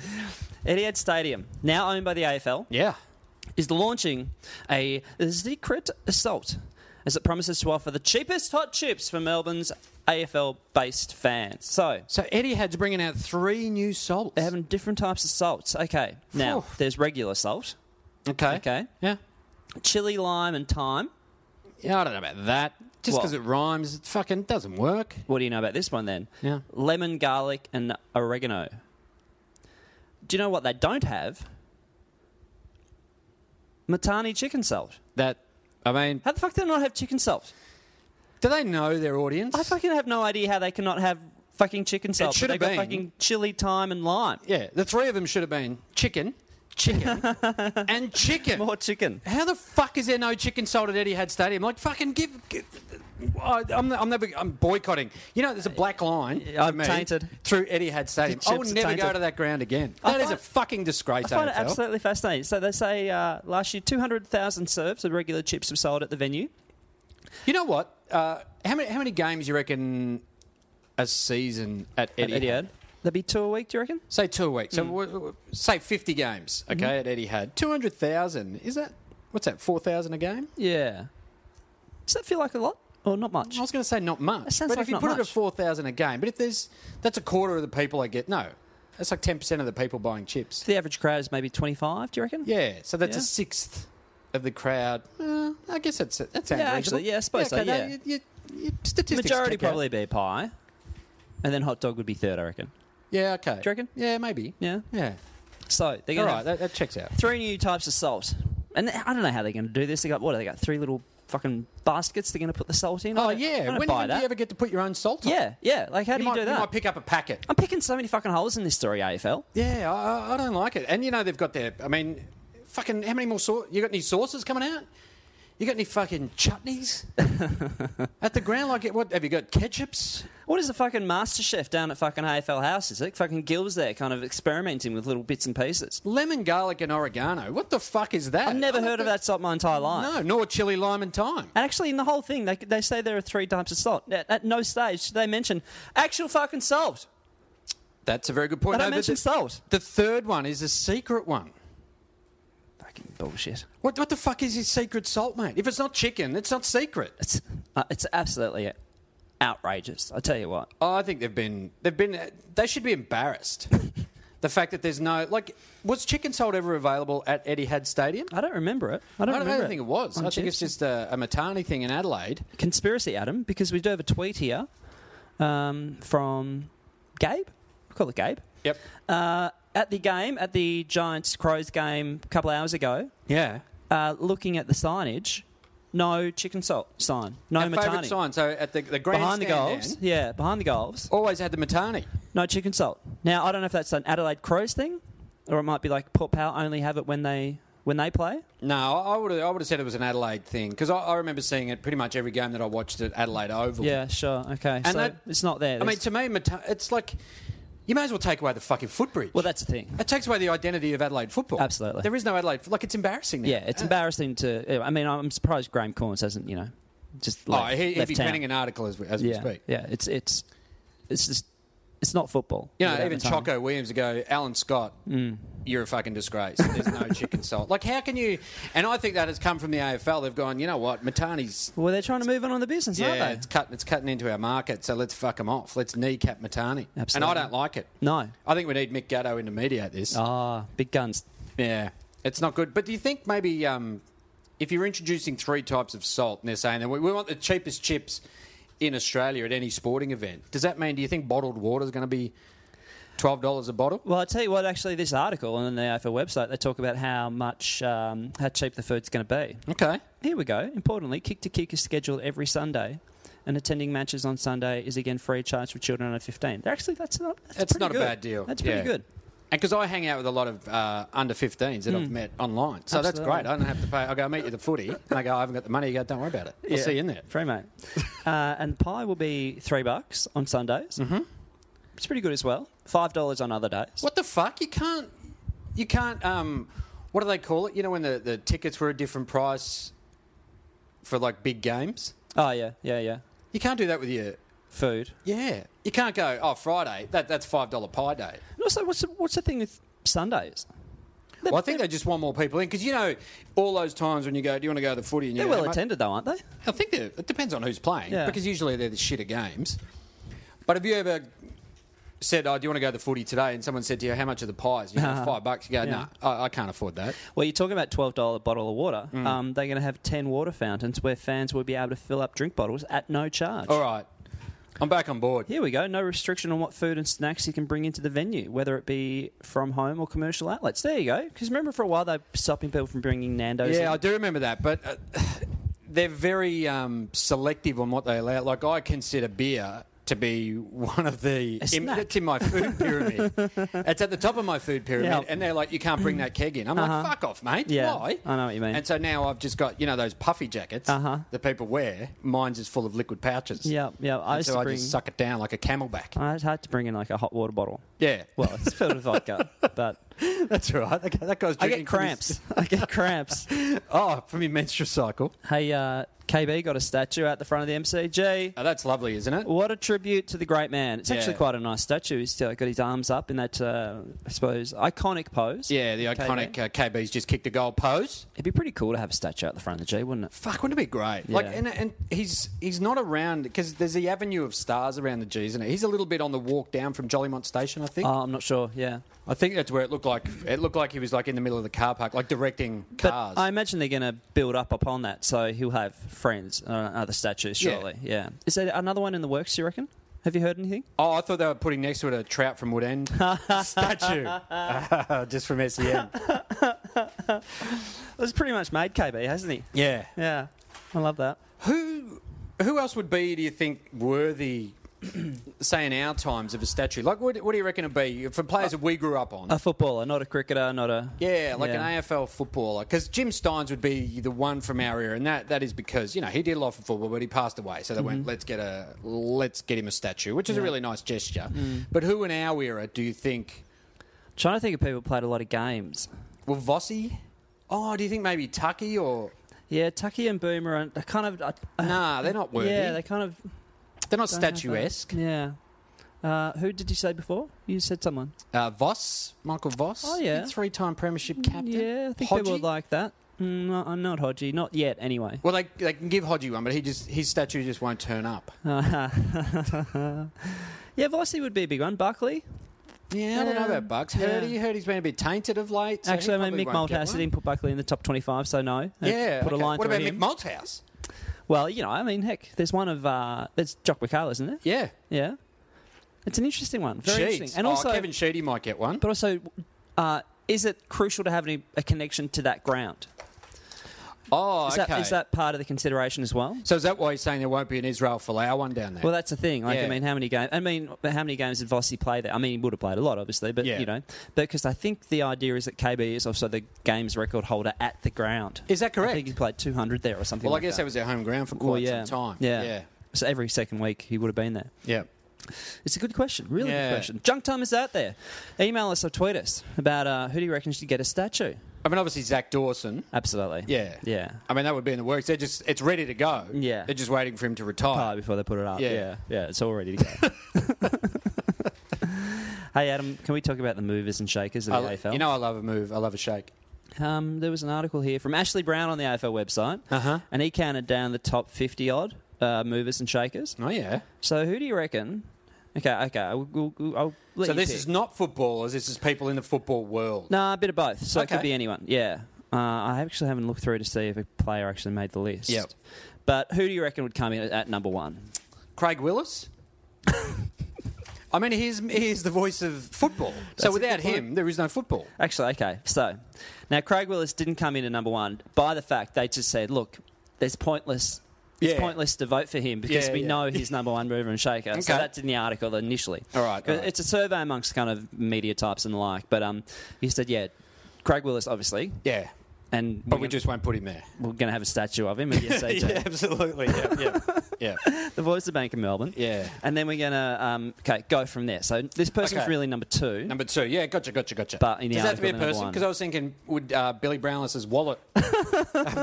[SPEAKER 1] Etihad Stadium, now owned by the AFL,
[SPEAKER 2] Yeah.
[SPEAKER 1] is launching a secret assault as it promises to offer the cheapest hot chips for Melbourne's AFL-based fans. So
[SPEAKER 2] So Eddie Had's bringing out three new salts.
[SPEAKER 1] they're having different types of salts. Okay, now
[SPEAKER 2] Phew.
[SPEAKER 1] there's regular salt,
[SPEAKER 2] okay.
[SPEAKER 1] Okay.
[SPEAKER 2] Yeah.
[SPEAKER 1] chili, lime, and thyme.
[SPEAKER 2] Yeah, I don't know about that. Just
[SPEAKER 1] What?
[SPEAKER 2] because it rhymes, it fucking doesn't work.
[SPEAKER 1] What do you know about this one then?
[SPEAKER 2] Yeah.
[SPEAKER 1] Lemon, garlic, and oregano. Do you know what they don't have? Matani chicken salt.
[SPEAKER 2] That. I mean,
[SPEAKER 1] How the fuck do they not have chicken salt?
[SPEAKER 2] do they know their audience?
[SPEAKER 1] I fucking have no idea how they cannot have fucking chicken salt. but
[SPEAKER 2] should
[SPEAKER 1] They've
[SPEAKER 2] have
[SPEAKER 1] got
[SPEAKER 2] been.
[SPEAKER 1] fucking chili, thyme, and lime.
[SPEAKER 2] yeah, the three of them should have been chicken, chicken, and chicken.
[SPEAKER 1] More chicken.
[SPEAKER 2] How the fuck is there no chicken salt at Etihad Stadium? Like, fucking give. give I- I'm, I'm never. I'm boycotting. You know, there's a black line. for
[SPEAKER 1] I'm
[SPEAKER 2] me
[SPEAKER 1] tainted.
[SPEAKER 2] through Etihad Stadium.
[SPEAKER 1] The
[SPEAKER 2] I
[SPEAKER 1] chips
[SPEAKER 2] would
[SPEAKER 1] are
[SPEAKER 2] never go
[SPEAKER 1] tainted.
[SPEAKER 2] to that ground again.
[SPEAKER 1] I
[SPEAKER 2] That is a
[SPEAKER 1] find-
[SPEAKER 2] fucking disgrace.
[SPEAKER 1] I find it
[SPEAKER 2] AFL.
[SPEAKER 1] absolutely fascinating. So they say uh, last year 200,000 serves of regular chips were sold at the venue.
[SPEAKER 2] You know what? Uh, how many how many games you reckon a season at
[SPEAKER 1] At
[SPEAKER 2] Etihad?
[SPEAKER 1] Etihad. Hmm. That'd be two a week, do you reckon?
[SPEAKER 2] Say two a week. So w- w- say 50 games. Okay, at
[SPEAKER 1] Mm-hmm.
[SPEAKER 2] Etihad, 200,000. Is that what's that? 4,000 a game?
[SPEAKER 1] Yeah. Does that feel like a lot? Or not much?
[SPEAKER 2] I was going to say not much.
[SPEAKER 1] That sounds
[SPEAKER 2] but
[SPEAKER 1] like
[SPEAKER 2] if you
[SPEAKER 1] not
[SPEAKER 2] put it at
[SPEAKER 1] much.
[SPEAKER 2] four thousand a game, but if there's that's a quarter of the people I get. No, that's like ten percent of the people buying chips.
[SPEAKER 1] The average crowd is maybe 25, do you reckon?
[SPEAKER 2] Yeah, so that's
[SPEAKER 1] Yeah.
[SPEAKER 2] a sixth of the crowd. Uh, I guess that's that sounds
[SPEAKER 1] Yeah,
[SPEAKER 2] reasonable.
[SPEAKER 1] actually, yeah, I suppose
[SPEAKER 2] okay,
[SPEAKER 1] so,
[SPEAKER 2] no,
[SPEAKER 1] yeah.
[SPEAKER 2] you- you- you- statistics
[SPEAKER 1] Majority
[SPEAKER 2] check out.
[SPEAKER 1] probably be pie. And then hot dog would be third, I reckon.
[SPEAKER 2] Yeah, okay. Do
[SPEAKER 1] you reckon?
[SPEAKER 2] Yeah, maybe.
[SPEAKER 1] Yeah.
[SPEAKER 2] Yeah.
[SPEAKER 1] So they're
[SPEAKER 2] All
[SPEAKER 1] going
[SPEAKER 2] right,
[SPEAKER 1] to
[SPEAKER 2] that, that checks out.
[SPEAKER 1] three new types of salt. And I don't know how they're going to do this. They got what? They got three little fucking baskets. They're going to put the salt in. I
[SPEAKER 2] Oh
[SPEAKER 1] don't- I
[SPEAKER 2] yeah,
[SPEAKER 1] don't
[SPEAKER 2] when,
[SPEAKER 1] buy
[SPEAKER 2] when do
[SPEAKER 1] that.
[SPEAKER 2] you ever get to put your own salt? on?
[SPEAKER 1] yeah, yeah. Like, how do you
[SPEAKER 2] might,
[SPEAKER 1] do that?
[SPEAKER 2] You might pick up a packet.
[SPEAKER 1] I'm picking so many fucking holes in this story, AFL.
[SPEAKER 2] Yeah, I, I- I don't like it. And you know they've got their. I mean, fucking how many more sauce? You got any sauces coming out? You got any fucking chutneys at the ground? Like, what have you got? Ketchups?
[SPEAKER 1] What is the fucking master chef down at fucking AFL House? Is it fucking Gil's there, kind of experimenting with little bits and pieces?
[SPEAKER 2] Lemon, garlic, and oregano. What the fuck is that?
[SPEAKER 1] I've never heard of that salt my entire life.
[SPEAKER 2] No, nor chili, lime, and thyme.
[SPEAKER 1] And actually, in the whole thing, they, they say there are three types of salt. At, at no stage do they mention actual fucking salt.
[SPEAKER 2] That's a very good point.
[SPEAKER 1] They don't
[SPEAKER 2] but
[SPEAKER 1] mention
[SPEAKER 2] the,
[SPEAKER 1] salt.
[SPEAKER 2] The third one is a secret one.
[SPEAKER 1] Fucking bullshit.
[SPEAKER 2] What, what the fuck is his secret salt, mate? If it's not chicken, it's not secret.
[SPEAKER 1] It's, uh, it's absolutely outrageous. I tell you what.
[SPEAKER 2] Oh, I think they've been they've been they should be embarrassed. the fact that there's no like was chicken salt ever available at Etihad Stadium?
[SPEAKER 1] I don't remember it. I
[SPEAKER 2] I
[SPEAKER 1] don't,
[SPEAKER 2] don't, I
[SPEAKER 1] remember
[SPEAKER 2] don't think it was.
[SPEAKER 1] on
[SPEAKER 2] I think it's
[SPEAKER 1] Tuesday.
[SPEAKER 2] just a, a Matani thing in Adelaide.
[SPEAKER 1] conspiracy, Adam, because we do have a tweet here um, from Gabe. We'll call it Gabe.
[SPEAKER 2] Yep.
[SPEAKER 1] Uh, at the game, at the Giants Crows game a couple hours ago,
[SPEAKER 2] Yeah.
[SPEAKER 1] uh, looking at the signage, no chicken salt sign, no
[SPEAKER 2] Our favourite
[SPEAKER 1] Matani.
[SPEAKER 2] sign. So at the the
[SPEAKER 1] Behind
[SPEAKER 2] grandstand
[SPEAKER 1] the goals,
[SPEAKER 2] then,
[SPEAKER 1] yeah, behind the goals,
[SPEAKER 2] always had the Matani.
[SPEAKER 1] no chicken salt. Now I don't know if that's an Adelaide Crows thing, or it might be like Port Power only have it when they when they play.
[SPEAKER 2] No, I would I would have said it was an Adelaide thing because I, I remember seeing it pretty much every game that I watched at Adelaide Oval.
[SPEAKER 1] Yeah, sure, okay. so
[SPEAKER 2] that-
[SPEAKER 1] it's not there.
[SPEAKER 2] I mean,
[SPEAKER 1] There's-
[SPEAKER 2] to me, Mata- it's like you may as well take away the fucking footbridge.
[SPEAKER 1] well, that's the thing.
[SPEAKER 2] It takes away the identity of Adelaide football.
[SPEAKER 1] Absolutely.
[SPEAKER 2] There is no Adelaide. Like, it's embarrassing now.
[SPEAKER 1] Yeah, it's embarrassing to. I mean, I'm surprised Graham Corns hasn't, you know, just
[SPEAKER 2] Oh,
[SPEAKER 1] like.
[SPEAKER 2] he, if
[SPEAKER 1] left
[SPEAKER 2] he's
[SPEAKER 1] town.
[SPEAKER 2] penning an article as we, as
[SPEAKER 1] yeah,
[SPEAKER 2] we speak.
[SPEAKER 1] yeah, it's it's it's just it's not football.
[SPEAKER 2] You know,
[SPEAKER 1] without
[SPEAKER 2] even
[SPEAKER 1] Matani.
[SPEAKER 2] Choco Williams would go, Alan Scott,
[SPEAKER 1] Mm.
[SPEAKER 2] you're a fucking disgrace. There's no chicken salt. Like, how can you. And I think that has come from the AFL. They've gone, you know what? Matani's.
[SPEAKER 1] Well, they're trying to move on on the business, aren't
[SPEAKER 2] Yeah,
[SPEAKER 1] they?
[SPEAKER 2] it's, cut, it's cutting into our market, so let's fuck him off. Let's kneecap Matani. And I
[SPEAKER 1] Absolutely.
[SPEAKER 2] don't like it.
[SPEAKER 1] No.
[SPEAKER 2] I think we need Mick Gatto in to mediate this.
[SPEAKER 1] Ah, big guns.
[SPEAKER 2] Yeah, it's not good. But do you think maybe um, if you're introducing three types of salt and they're saying that we, we want the cheapest chips in Australia at any sporting event, does that mean do you think bottled water is going to be twelve dollars a bottle?
[SPEAKER 1] Well, I tell you what, actually, this article on the AFL website, they talk about how much, um, how cheap the food's going to be.
[SPEAKER 2] Okay.
[SPEAKER 1] Here we go. Importantly, kick to kick is scheduled every Sunday, and attending matches on Sunday is again free of charge for children under 15. Actually, that's not that's,
[SPEAKER 2] That's
[SPEAKER 1] pretty
[SPEAKER 2] not a
[SPEAKER 1] good.
[SPEAKER 2] bad deal.
[SPEAKER 1] That's pretty
[SPEAKER 2] Yeah.
[SPEAKER 1] good.
[SPEAKER 2] And because I hang out with a lot of uh, under 15s that I've met online. So that's
[SPEAKER 1] Hmm. Absolutely.
[SPEAKER 2] great. I don't have to pay. I go, I'll meet you at the footy. And I go, I haven't got the money. You go, don't worry about it. I'll see you in there.
[SPEAKER 1] Free mate. uh, and pie will be three bucks on Sundays. Mm-hmm. It's pretty good as well. Five dollars on other days.
[SPEAKER 2] What the fuck? You can't. You can't. Um, what do they call it? You know when the, the tickets were a different price for like big games.
[SPEAKER 1] Oh yeah, yeah, yeah.
[SPEAKER 2] You can't do that with your.
[SPEAKER 1] Food.
[SPEAKER 2] Yeah, you can't go. Oh, Friday. That that's five dollar pie day.
[SPEAKER 1] And also, what's the, what's the thing with Sundays?
[SPEAKER 2] Well, I think they just want more people in because you know all those times when you go, do you want to go to the footy? And you
[SPEAKER 1] They're
[SPEAKER 2] go,
[SPEAKER 1] well
[SPEAKER 2] "Mate,
[SPEAKER 1] attended though, aren't they?
[SPEAKER 2] I think they're- it depends on who's playing
[SPEAKER 1] Yeah.
[SPEAKER 2] because usually they're the shitter games. But have you ever said, "Oh, do you want to go to the footy today?" And someone said to you, "How much are the pies?" You go, five bucks. You go,
[SPEAKER 1] Uh-huh. Yeah.
[SPEAKER 2] "No, I, I can't afford that."
[SPEAKER 1] Well, you're talking about twelve dollar bottle of water.
[SPEAKER 2] Mm.
[SPEAKER 1] Um, they're going to have ten water fountains where fans will be able to fill up drink bottles at no charge.
[SPEAKER 2] All right, I'm back on board.
[SPEAKER 1] Here we go. No restriction on what food and snacks you can bring into the venue, whether it be from home or commercial outlets. There you go. Because remember, for a while, they were stopping people from bringing Nando's.
[SPEAKER 2] Yeah, I
[SPEAKER 1] in.
[SPEAKER 2] do remember that, but uh, they're very um, selective on what they allow. Like I consider beer to be one of the
[SPEAKER 1] A
[SPEAKER 2] in,
[SPEAKER 1] snack.
[SPEAKER 2] it's in my food pyramid. it's at the top of my food pyramid,
[SPEAKER 1] Yeah.
[SPEAKER 2] and they're like, "You can't bring that keg in." I'm like, "Fuck off,
[SPEAKER 1] Uh-huh.
[SPEAKER 2] mate!
[SPEAKER 1] Yeah,
[SPEAKER 2] Why?"
[SPEAKER 1] I know what you mean.
[SPEAKER 2] And so now I've just got you know those puffy jackets
[SPEAKER 1] Uh-huh.
[SPEAKER 2] that people wear. Mine's is full of liquid pouches.
[SPEAKER 1] yeah, yeah. I
[SPEAKER 2] And
[SPEAKER 1] used
[SPEAKER 2] so
[SPEAKER 1] to
[SPEAKER 2] I
[SPEAKER 1] bring.
[SPEAKER 2] just suck it down like a camelback.
[SPEAKER 1] I just had to bring in like a hot water bottle.
[SPEAKER 2] yeah,
[SPEAKER 1] Well, it's filled with vodka, but
[SPEAKER 2] that's all right. That, that guy's
[SPEAKER 1] I
[SPEAKER 2] drinking
[SPEAKER 1] get
[SPEAKER 2] from
[SPEAKER 1] cramps.
[SPEAKER 2] his-
[SPEAKER 1] I get cramps.
[SPEAKER 2] oh, from your menstrual cycle.
[SPEAKER 1] Hey, uh, KB got a statue out the front of the MCG.
[SPEAKER 2] Oh, that's lovely, isn't it?
[SPEAKER 1] What a tribute to the great man. It's actually
[SPEAKER 2] Yeah.
[SPEAKER 1] quite a nice statue. He's still got his arms up in that, uh, I suppose, iconic pose.
[SPEAKER 2] Yeah, the
[SPEAKER 1] KB.
[SPEAKER 2] iconic uh, KB's just kicked a goal pose.
[SPEAKER 1] It'd be pretty cool to have a statue out the front of the G, wouldn't it?
[SPEAKER 2] Fuck, wouldn't it be great? Like,
[SPEAKER 1] Yeah.
[SPEAKER 2] and, and he's he's not around because there's the avenue of stars around the G's, and he's a little bit on the walk down from Jollymont Station. I think.
[SPEAKER 1] Oh, I'm not sure. Yeah.
[SPEAKER 2] I think that's where it looked like it looked like he was like in the middle of the car park, like directing
[SPEAKER 1] But
[SPEAKER 2] cars.
[SPEAKER 1] I imagine they're going to build up upon that, so he'll have friends on other statues,
[SPEAKER 2] Yeah.
[SPEAKER 1] surely. Yeah. Is there another one in the works, do you reckon? Have you heard anything?
[SPEAKER 2] oh, I thought they were putting next to it a trout from Wood End statue, just from SEM.
[SPEAKER 1] It's pretty much made KB, hasn't he?
[SPEAKER 2] Yeah.
[SPEAKER 1] Yeah. I love that.
[SPEAKER 2] Who who else would be? Do you think worthy say in our times of a statue? Like, what, what do you reckon it'd be for players that we grew up on?
[SPEAKER 1] A footballer, not a cricketer, not a
[SPEAKER 2] Yeah, like an AFL footballer. Because Jim Steins would be the one from our era, and that, that is because you know he did a lot for football, but he passed away. So they went,
[SPEAKER 1] Mm-hmm.
[SPEAKER 2] let's get a let's get him a statue, which is a really nice gesture.
[SPEAKER 1] Mm.
[SPEAKER 2] But who in our era do you think?
[SPEAKER 1] Trying to think of people who played a lot of games.
[SPEAKER 2] Well, Vossi. Oh, do you think maybe Tucky or
[SPEAKER 1] Yeah, Tucky and Boomer, and they kind of. I-
[SPEAKER 2] Nah? They're not worthy.
[SPEAKER 1] yeah,
[SPEAKER 2] they,
[SPEAKER 1] they kind of.
[SPEAKER 2] are not
[SPEAKER 1] don't have that.
[SPEAKER 2] statuesque.
[SPEAKER 1] Yeah. Uh, who did you say before? You said someone.
[SPEAKER 2] Uh, Voss, Michael Voss.
[SPEAKER 1] Oh, yeah. Mm,
[SPEAKER 2] three-time premiership captain.
[SPEAKER 1] Yeah, I think people
[SPEAKER 2] Hodgie?
[SPEAKER 1] would like that. Mm, no, I'm not Hodgie, not yet. Anyway.
[SPEAKER 2] Well, they, they can give Hodgie one, but he just his statue just won't turn up.
[SPEAKER 1] yeah, Vossi would be a big one. Buckley.
[SPEAKER 2] Yeah, I don't know about Bucks.
[SPEAKER 1] Yeah.
[SPEAKER 2] Heard Herdy, Herdy's been a bit tainted of late. so he
[SPEAKER 1] Actually, I mean Mick
[SPEAKER 2] probably won't get
[SPEAKER 1] Malthouse
[SPEAKER 2] one.
[SPEAKER 1] didn't put Buckley in the top 25, so no. They
[SPEAKER 2] Yeah.
[SPEAKER 1] Put
[SPEAKER 2] okay.
[SPEAKER 1] a line
[SPEAKER 2] What
[SPEAKER 1] through
[SPEAKER 2] about
[SPEAKER 1] him.
[SPEAKER 2] Mick Malthouse?
[SPEAKER 1] well, you know, I mean, heck, there's one of uh, there's Jock McHale, isn't it?
[SPEAKER 2] Yeah.
[SPEAKER 1] Yeah. It's an interesting one. Very
[SPEAKER 2] Sheeds.
[SPEAKER 1] interesting. And
[SPEAKER 2] Oh,
[SPEAKER 1] also,
[SPEAKER 2] Kevin Sheedy might get one.
[SPEAKER 1] but also, uh, is it crucial to have any, a connection to that ground?
[SPEAKER 2] Oh,
[SPEAKER 1] Is,
[SPEAKER 2] okay.
[SPEAKER 1] that, is that part of the consideration as well?
[SPEAKER 2] so is that why he's saying there won't be an Israel Folau one down there?
[SPEAKER 1] Well, that's the thing. Like,
[SPEAKER 2] Yeah.
[SPEAKER 1] I mean, how many games? I mean, how many games did Vossi play there? I mean, he would have played a lot, obviously, but
[SPEAKER 2] Yeah.
[SPEAKER 1] you know, because I think the idea is that KB is also the games record holder at the ground.
[SPEAKER 2] Is that
[SPEAKER 1] I
[SPEAKER 2] correct?
[SPEAKER 1] think he played 200 there or something.
[SPEAKER 2] well, I
[SPEAKER 1] like
[SPEAKER 2] guess that.
[SPEAKER 1] that
[SPEAKER 2] was their home ground for quite
[SPEAKER 1] Well, yeah.
[SPEAKER 2] some time.
[SPEAKER 1] Yeah.
[SPEAKER 2] Yeah.
[SPEAKER 1] So every second week he would have been there.
[SPEAKER 2] Yeah.
[SPEAKER 1] It's a good question, really
[SPEAKER 2] Yeah.
[SPEAKER 1] good question. Junk time is out there. Email us or tweet us about uh, who do you reckon should get a statue?
[SPEAKER 2] I mean, obviously Zach Dawson.
[SPEAKER 1] Absolutely.
[SPEAKER 2] Yeah.
[SPEAKER 1] Yeah.
[SPEAKER 2] I mean, that would be in the works. They're just it's ready to go.
[SPEAKER 1] Yeah.
[SPEAKER 2] They're just waiting for him to retire.
[SPEAKER 1] Probably before they put it up.
[SPEAKER 2] Yeah.
[SPEAKER 1] Yeah. Yeah. it's all ready to go. hey, Adam, can we talk about the movers and shakers of
[SPEAKER 2] I
[SPEAKER 1] the
[SPEAKER 2] lo-
[SPEAKER 1] AFL?
[SPEAKER 2] you know, I love a move. I love a shake.
[SPEAKER 1] Um, there was an article here from Ashley Brown on the AFL website,
[SPEAKER 2] Uh-huh.
[SPEAKER 1] and he counted down the top 50 odd uh, movers and shakers.
[SPEAKER 2] Oh yeah.
[SPEAKER 1] So who do you reckon? Okay, okay, I'll, we'll we'll- I'll let
[SPEAKER 2] So
[SPEAKER 1] you
[SPEAKER 2] this
[SPEAKER 1] pick.
[SPEAKER 2] is not footballers. This is people in the football world.
[SPEAKER 1] no, a bit of both. So it
[SPEAKER 2] Okay.
[SPEAKER 1] could be anyone. Yeah, uh, I actually haven't looked through to see if a player actually made the list.
[SPEAKER 2] Yep.
[SPEAKER 1] But who do you reckon would come in at, at number one?
[SPEAKER 2] Craig Willis. I mean, he's, he's the voice of football. so
[SPEAKER 1] a
[SPEAKER 2] without
[SPEAKER 1] good point.
[SPEAKER 2] him, there is no football.
[SPEAKER 1] Actually, okay. So now Craig Willis didn't come in at number one by the fact they just said, look, there's pointless. It's
[SPEAKER 2] Yeah.
[SPEAKER 1] pointless to vote for him because
[SPEAKER 2] Yeah,
[SPEAKER 1] we
[SPEAKER 2] yeah.
[SPEAKER 1] know he's number one mover and shaker. So
[SPEAKER 2] Okay.
[SPEAKER 1] that's in the article initially.
[SPEAKER 2] All right, all right.
[SPEAKER 1] It's a survey amongst kind of media types and the like. But um, he said, yeah, Craig Willis, obviously.
[SPEAKER 2] Yeah.
[SPEAKER 1] And
[SPEAKER 2] But
[SPEAKER 1] we're,
[SPEAKER 2] we
[SPEAKER 1] gonna,
[SPEAKER 2] just won't put him there.
[SPEAKER 1] we're going to have a statue of him at the SAG.
[SPEAKER 2] absolutely. Yeah, yeah, yeah.
[SPEAKER 1] the voice of Bank of Melbourne.
[SPEAKER 2] Yeah.
[SPEAKER 1] And then we're going to um, okay, go from there. So this person's
[SPEAKER 2] Okay.
[SPEAKER 1] really number two.
[SPEAKER 2] Number two. Yeah, gotcha, gotcha, gotcha.
[SPEAKER 1] But in the
[SPEAKER 2] Does that have to be a
[SPEAKER 1] article, number
[SPEAKER 2] person?
[SPEAKER 1] one.
[SPEAKER 2] Because I was thinking, would uh, Billy Brownless's wallet have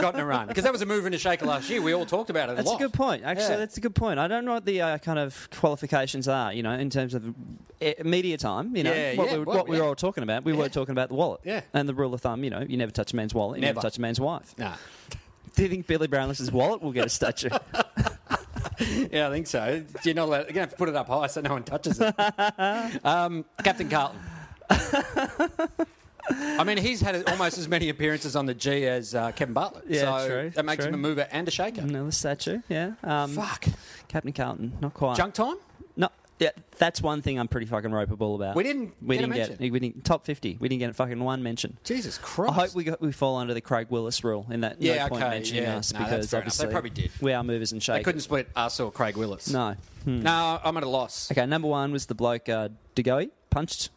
[SPEAKER 2] gotten a run? Because that was a move and a shaker last year. We all talked about it a
[SPEAKER 1] That's
[SPEAKER 2] lot.
[SPEAKER 1] a good point. Actually,
[SPEAKER 2] Yeah.
[SPEAKER 1] that's a good point. I don't know what the uh, kind of qualifications are, you know, in terms of eh, media time. You know,
[SPEAKER 2] Yeah,
[SPEAKER 1] what,
[SPEAKER 2] yeah,
[SPEAKER 1] we, were-
[SPEAKER 2] well,
[SPEAKER 1] what we
[SPEAKER 2] yeah.
[SPEAKER 1] were all talking about. We were talking about the wallet.
[SPEAKER 2] Yeah.
[SPEAKER 1] And the rule of thumb, you know, you never touch a man's wallet, you never,
[SPEAKER 2] Never.
[SPEAKER 1] touch a man's wife.
[SPEAKER 2] Nah.
[SPEAKER 1] Do you think Billy Brownless's wallet will get a statue?
[SPEAKER 2] Yeah, I think so. You're not allowed, you're gonna have to put it up high so no one touches it. um, Captain Carlton. I mean, he's had almost as many appearances on the G as uh, Kevin Bartlett.
[SPEAKER 1] Yeah,
[SPEAKER 2] so
[SPEAKER 1] true,
[SPEAKER 2] That makes
[SPEAKER 1] true.
[SPEAKER 2] him a mover and a shaker.
[SPEAKER 1] Another statue, yeah. Um,
[SPEAKER 2] Fuck.
[SPEAKER 1] Captain Carlton, not quite.
[SPEAKER 2] Junk time?
[SPEAKER 1] No, yeah, that's one thing I'm pretty fucking ropeable about.
[SPEAKER 2] We didn't
[SPEAKER 1] we
[SPEAKER 2] get a
[SPEAKER 1] didn't get
[SPEAKER 2] mention.
[SPEAKER 1] we didn't top fifty. We didn't get fucking one mention.
[SPEAKER 2] Jesus
[SPEAKER 1] I
[SPEAKER 2] Christ.
[SPEAKER 1] hope we got, we fall under the Craig Willis rule in that
[SPEAKER 2] Yeah,
[SPEAKER 1] no point
[SPEAKER 2] okay,
[SPEAKER 1] mentioning
[SPEAKER 2] yeah.
[SPEAKER 1] us
[SPEAKER 2] No, that's
[SPEAKER 1] because
[SPEAKER 2] fair enough. They
[SPEAKER 1] obviously
[SPEAKER 2] probably did.
[SPEAKER 1] we are movers and
[SPEAKER 2] they
[SPEAKER 1] shakers.
[SPEAKER 2] couldn't split us or Craig Willis.
[SPEAKER 1] No. Hmm.
[SPEAKER 2] No, I'm at a loss.
[SPEAKER 1] Okay, number one was the bloke uh, Degoe punched,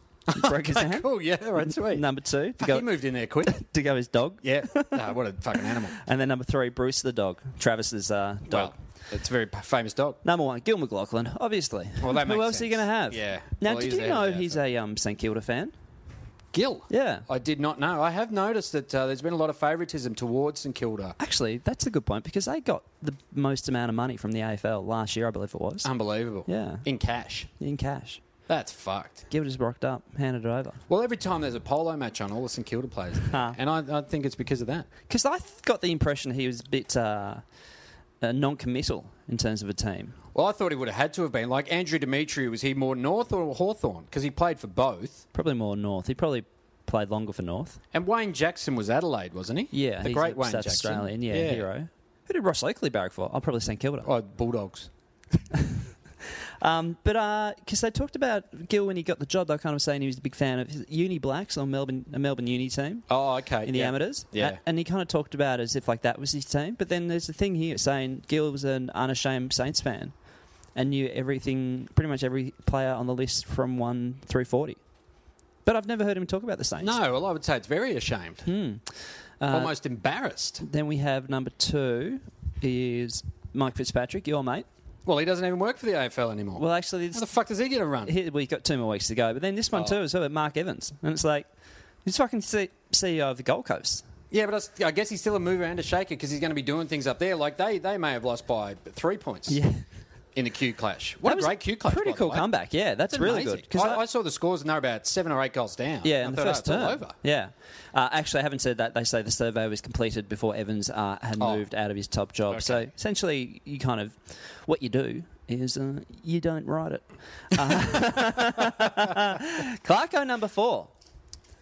[SPEAKER 1] broke his hand.
[SPEAKER 2] Cool, yeah, all right, sweet.
[SPEAKER 1] Number two,
[SPEAKER 2] Fuck, he
[SPEAKER 1] Degoe,
[SPEAKER 2] moved in there quick.
[SPEAKER 1] Degoe's dog.
[SPEAKER 2] yeah. No, what a fucking animal.
[SPEAKER 1] And then number three, Bruce the dog, Travis's uh, dog.
[SPEAKER 2] Well, it's a very p- famous dog.
[SPEAKER 1] Number one, Gil McLaughlin, obviously.
[SPEAKER 2] Well, that
[SPEAKER 1] Who
[SPEAKER 2] makes
[SPEAKER 1] else are you
[SPEAKER 2] sense.
[SPEAKER 1] going to have?
[SPEAKER 2] Yeah.
[SPEAKER 1] Now,
[SPEAKER 2] Well,
[SPEAKER 1] did
[SPEAKER 2] he's the
[SPEAKER 1] you
[SPEAKER 2] head
[SPEAKER 1] know
[SPEAKER 2] of the
[SPEAKER 1] he's
[SPEAKER 2] AFL.
[SPEAKER 1] a um, St Kilda fan?
[SPEAKER 2] Gil.
[SPEAKER 1] Yeah.
[SPEAKER 2] I did not know. I have noticed that uh, there's been a lot of favouritism towards St Kilda.
[SPEAKER 1] Actually, that's a good point because they got the most amount of money from the AFL last year, I believe it
[SPEAKER 2] Um,
[SPEAKER 1] was,
[SPEAKER 2] Unbelievable.
[SPEAKER 1] Yeah.
[SPEAKER 2] In cash.
[SPEAKER 1] in cash.
[SPEAKER 2] That's fucked.
[SPEAKER 1] Gilda's rocked up, handed it over.
[SPEAKER 2] Well, every time there's a polo match on, all the St Kilda players. are there.
[SPEAKER 1] Huh.
[SPEAKER 2] And I, I think it's because of that.
[SPEAKER 1] Because I th- got the impression he was a bit uh, uh, non committal in terms of a team.
[SPEAKER 2] Well, I thought he would have had to have been. Like Andrew Dimitri, was he more North or Hawthorn? Because he played for both.
[SPEAKER 1] Probably more North. He probably played longer for North.
[SPEAKER 2] And Wayne Jackson was Adelaide, wasn't he?
[SPEAKER 1] Yeah,
[SPEAKER 2] The
[SPEAKER 1] he's
[SPEAKER 2] great
[SPEAKER 1] a
[SPEAKER 2] Wayne
[SPEAKER 1] South
[SPEAKER 2] Jackson.
[SPEAKER 1] Australian, yeah, hero. Who did Ross Oakley barrack for? I'll probably St Kilda.
[SPEAKER 2] Oh, Bulldogs.
[SPEAKER 1] Um, but because they talked about Gill when he got the job, they were kind of saying he was a big fan of his Uni Blacks on Melbourne, a Melbourne Uni team.
[SPEAKER 2] Oh, okay.
[SPEAKER 1] in the
[SPEAKER 2] yeah.
[SPEAKER 1] amateurs.
[SPEAKER 2] Yeah.
[SPEAKER 1] A- And he kind of talked about it as if like that was his team. But then there's a thing here saying Gill was an unashamed Saints fan. and knew everything, pretty much every player on the list from one through forty. But I've never heard him talk about the Saints.
[SPEAKER 2] No, well, I would say it's very ashamed,
[SPEAKER 1] Hmm. Uh,
[SPEAKER 2] almost embarrassed.
[SPEAKER 1] Then we have number two is Mike Fitzpatrick, your mate.
[SPEAKER 2] Well, he doesn't even work for the AFL anymore.
[SPEAKER 1] Well, actually, it's,
[SPEAKER 2] How the fuck does he get a run?
[SPEAKER 1] here we've got two more weeks to go. But then this one
[SPEAKER 2] Oh.
[SPEAKER 1] too is about Mark Evans, and it's like he's fucking C- CEO of the Gold Coast.
[SPEAKER 2] Yeah, but I s- I guess he's still a mover and a shaker because he's going to be doing things up there. Like they, they may have lost by three points in a Q clash. What
[SPEAKER 1] That
[SPEAKER 2] a
[SPEAKER 1] was
[SPEAKER 2] great Q clash!
[SPEAKER 1] Pretty
[SPEAKER 2] by the
[SPEAKER 1] cool
[SPEAKER 2] way.
[SPEAKER 1] comeback. Yeah, that's
[SPEAKER 2] It's
[SPEAKER 1] really
[SPEAKER 2] amazing.
[SPEAKER 1] good. 'Cause
[SPEAKER 2] I, I saw the scores and they were about seven or eight goals down.
[SPEAKER 1] Yeah,
[SPEAKER 2] I
[SPEAKER 1] in the
[SPEAKER 2] thought,
[SPEAKER 1] first
[SPEAKER 2] oh,
[SPEAKER 1] term.
[SPEAKER 2] it's all over.
[SPEAKER 1] Yeah. Uh, actually, I haven't said that. They say the survey was completed before Evans uh, had
[SPEAKER 2] Oh.
[SPEAKER 1] moved out of his top job. So
[SPEAKER 2] Okay.
[SPEAKER 1] essentially, you kind of what you do is uh, you don't write it. Uh, Clarko number four.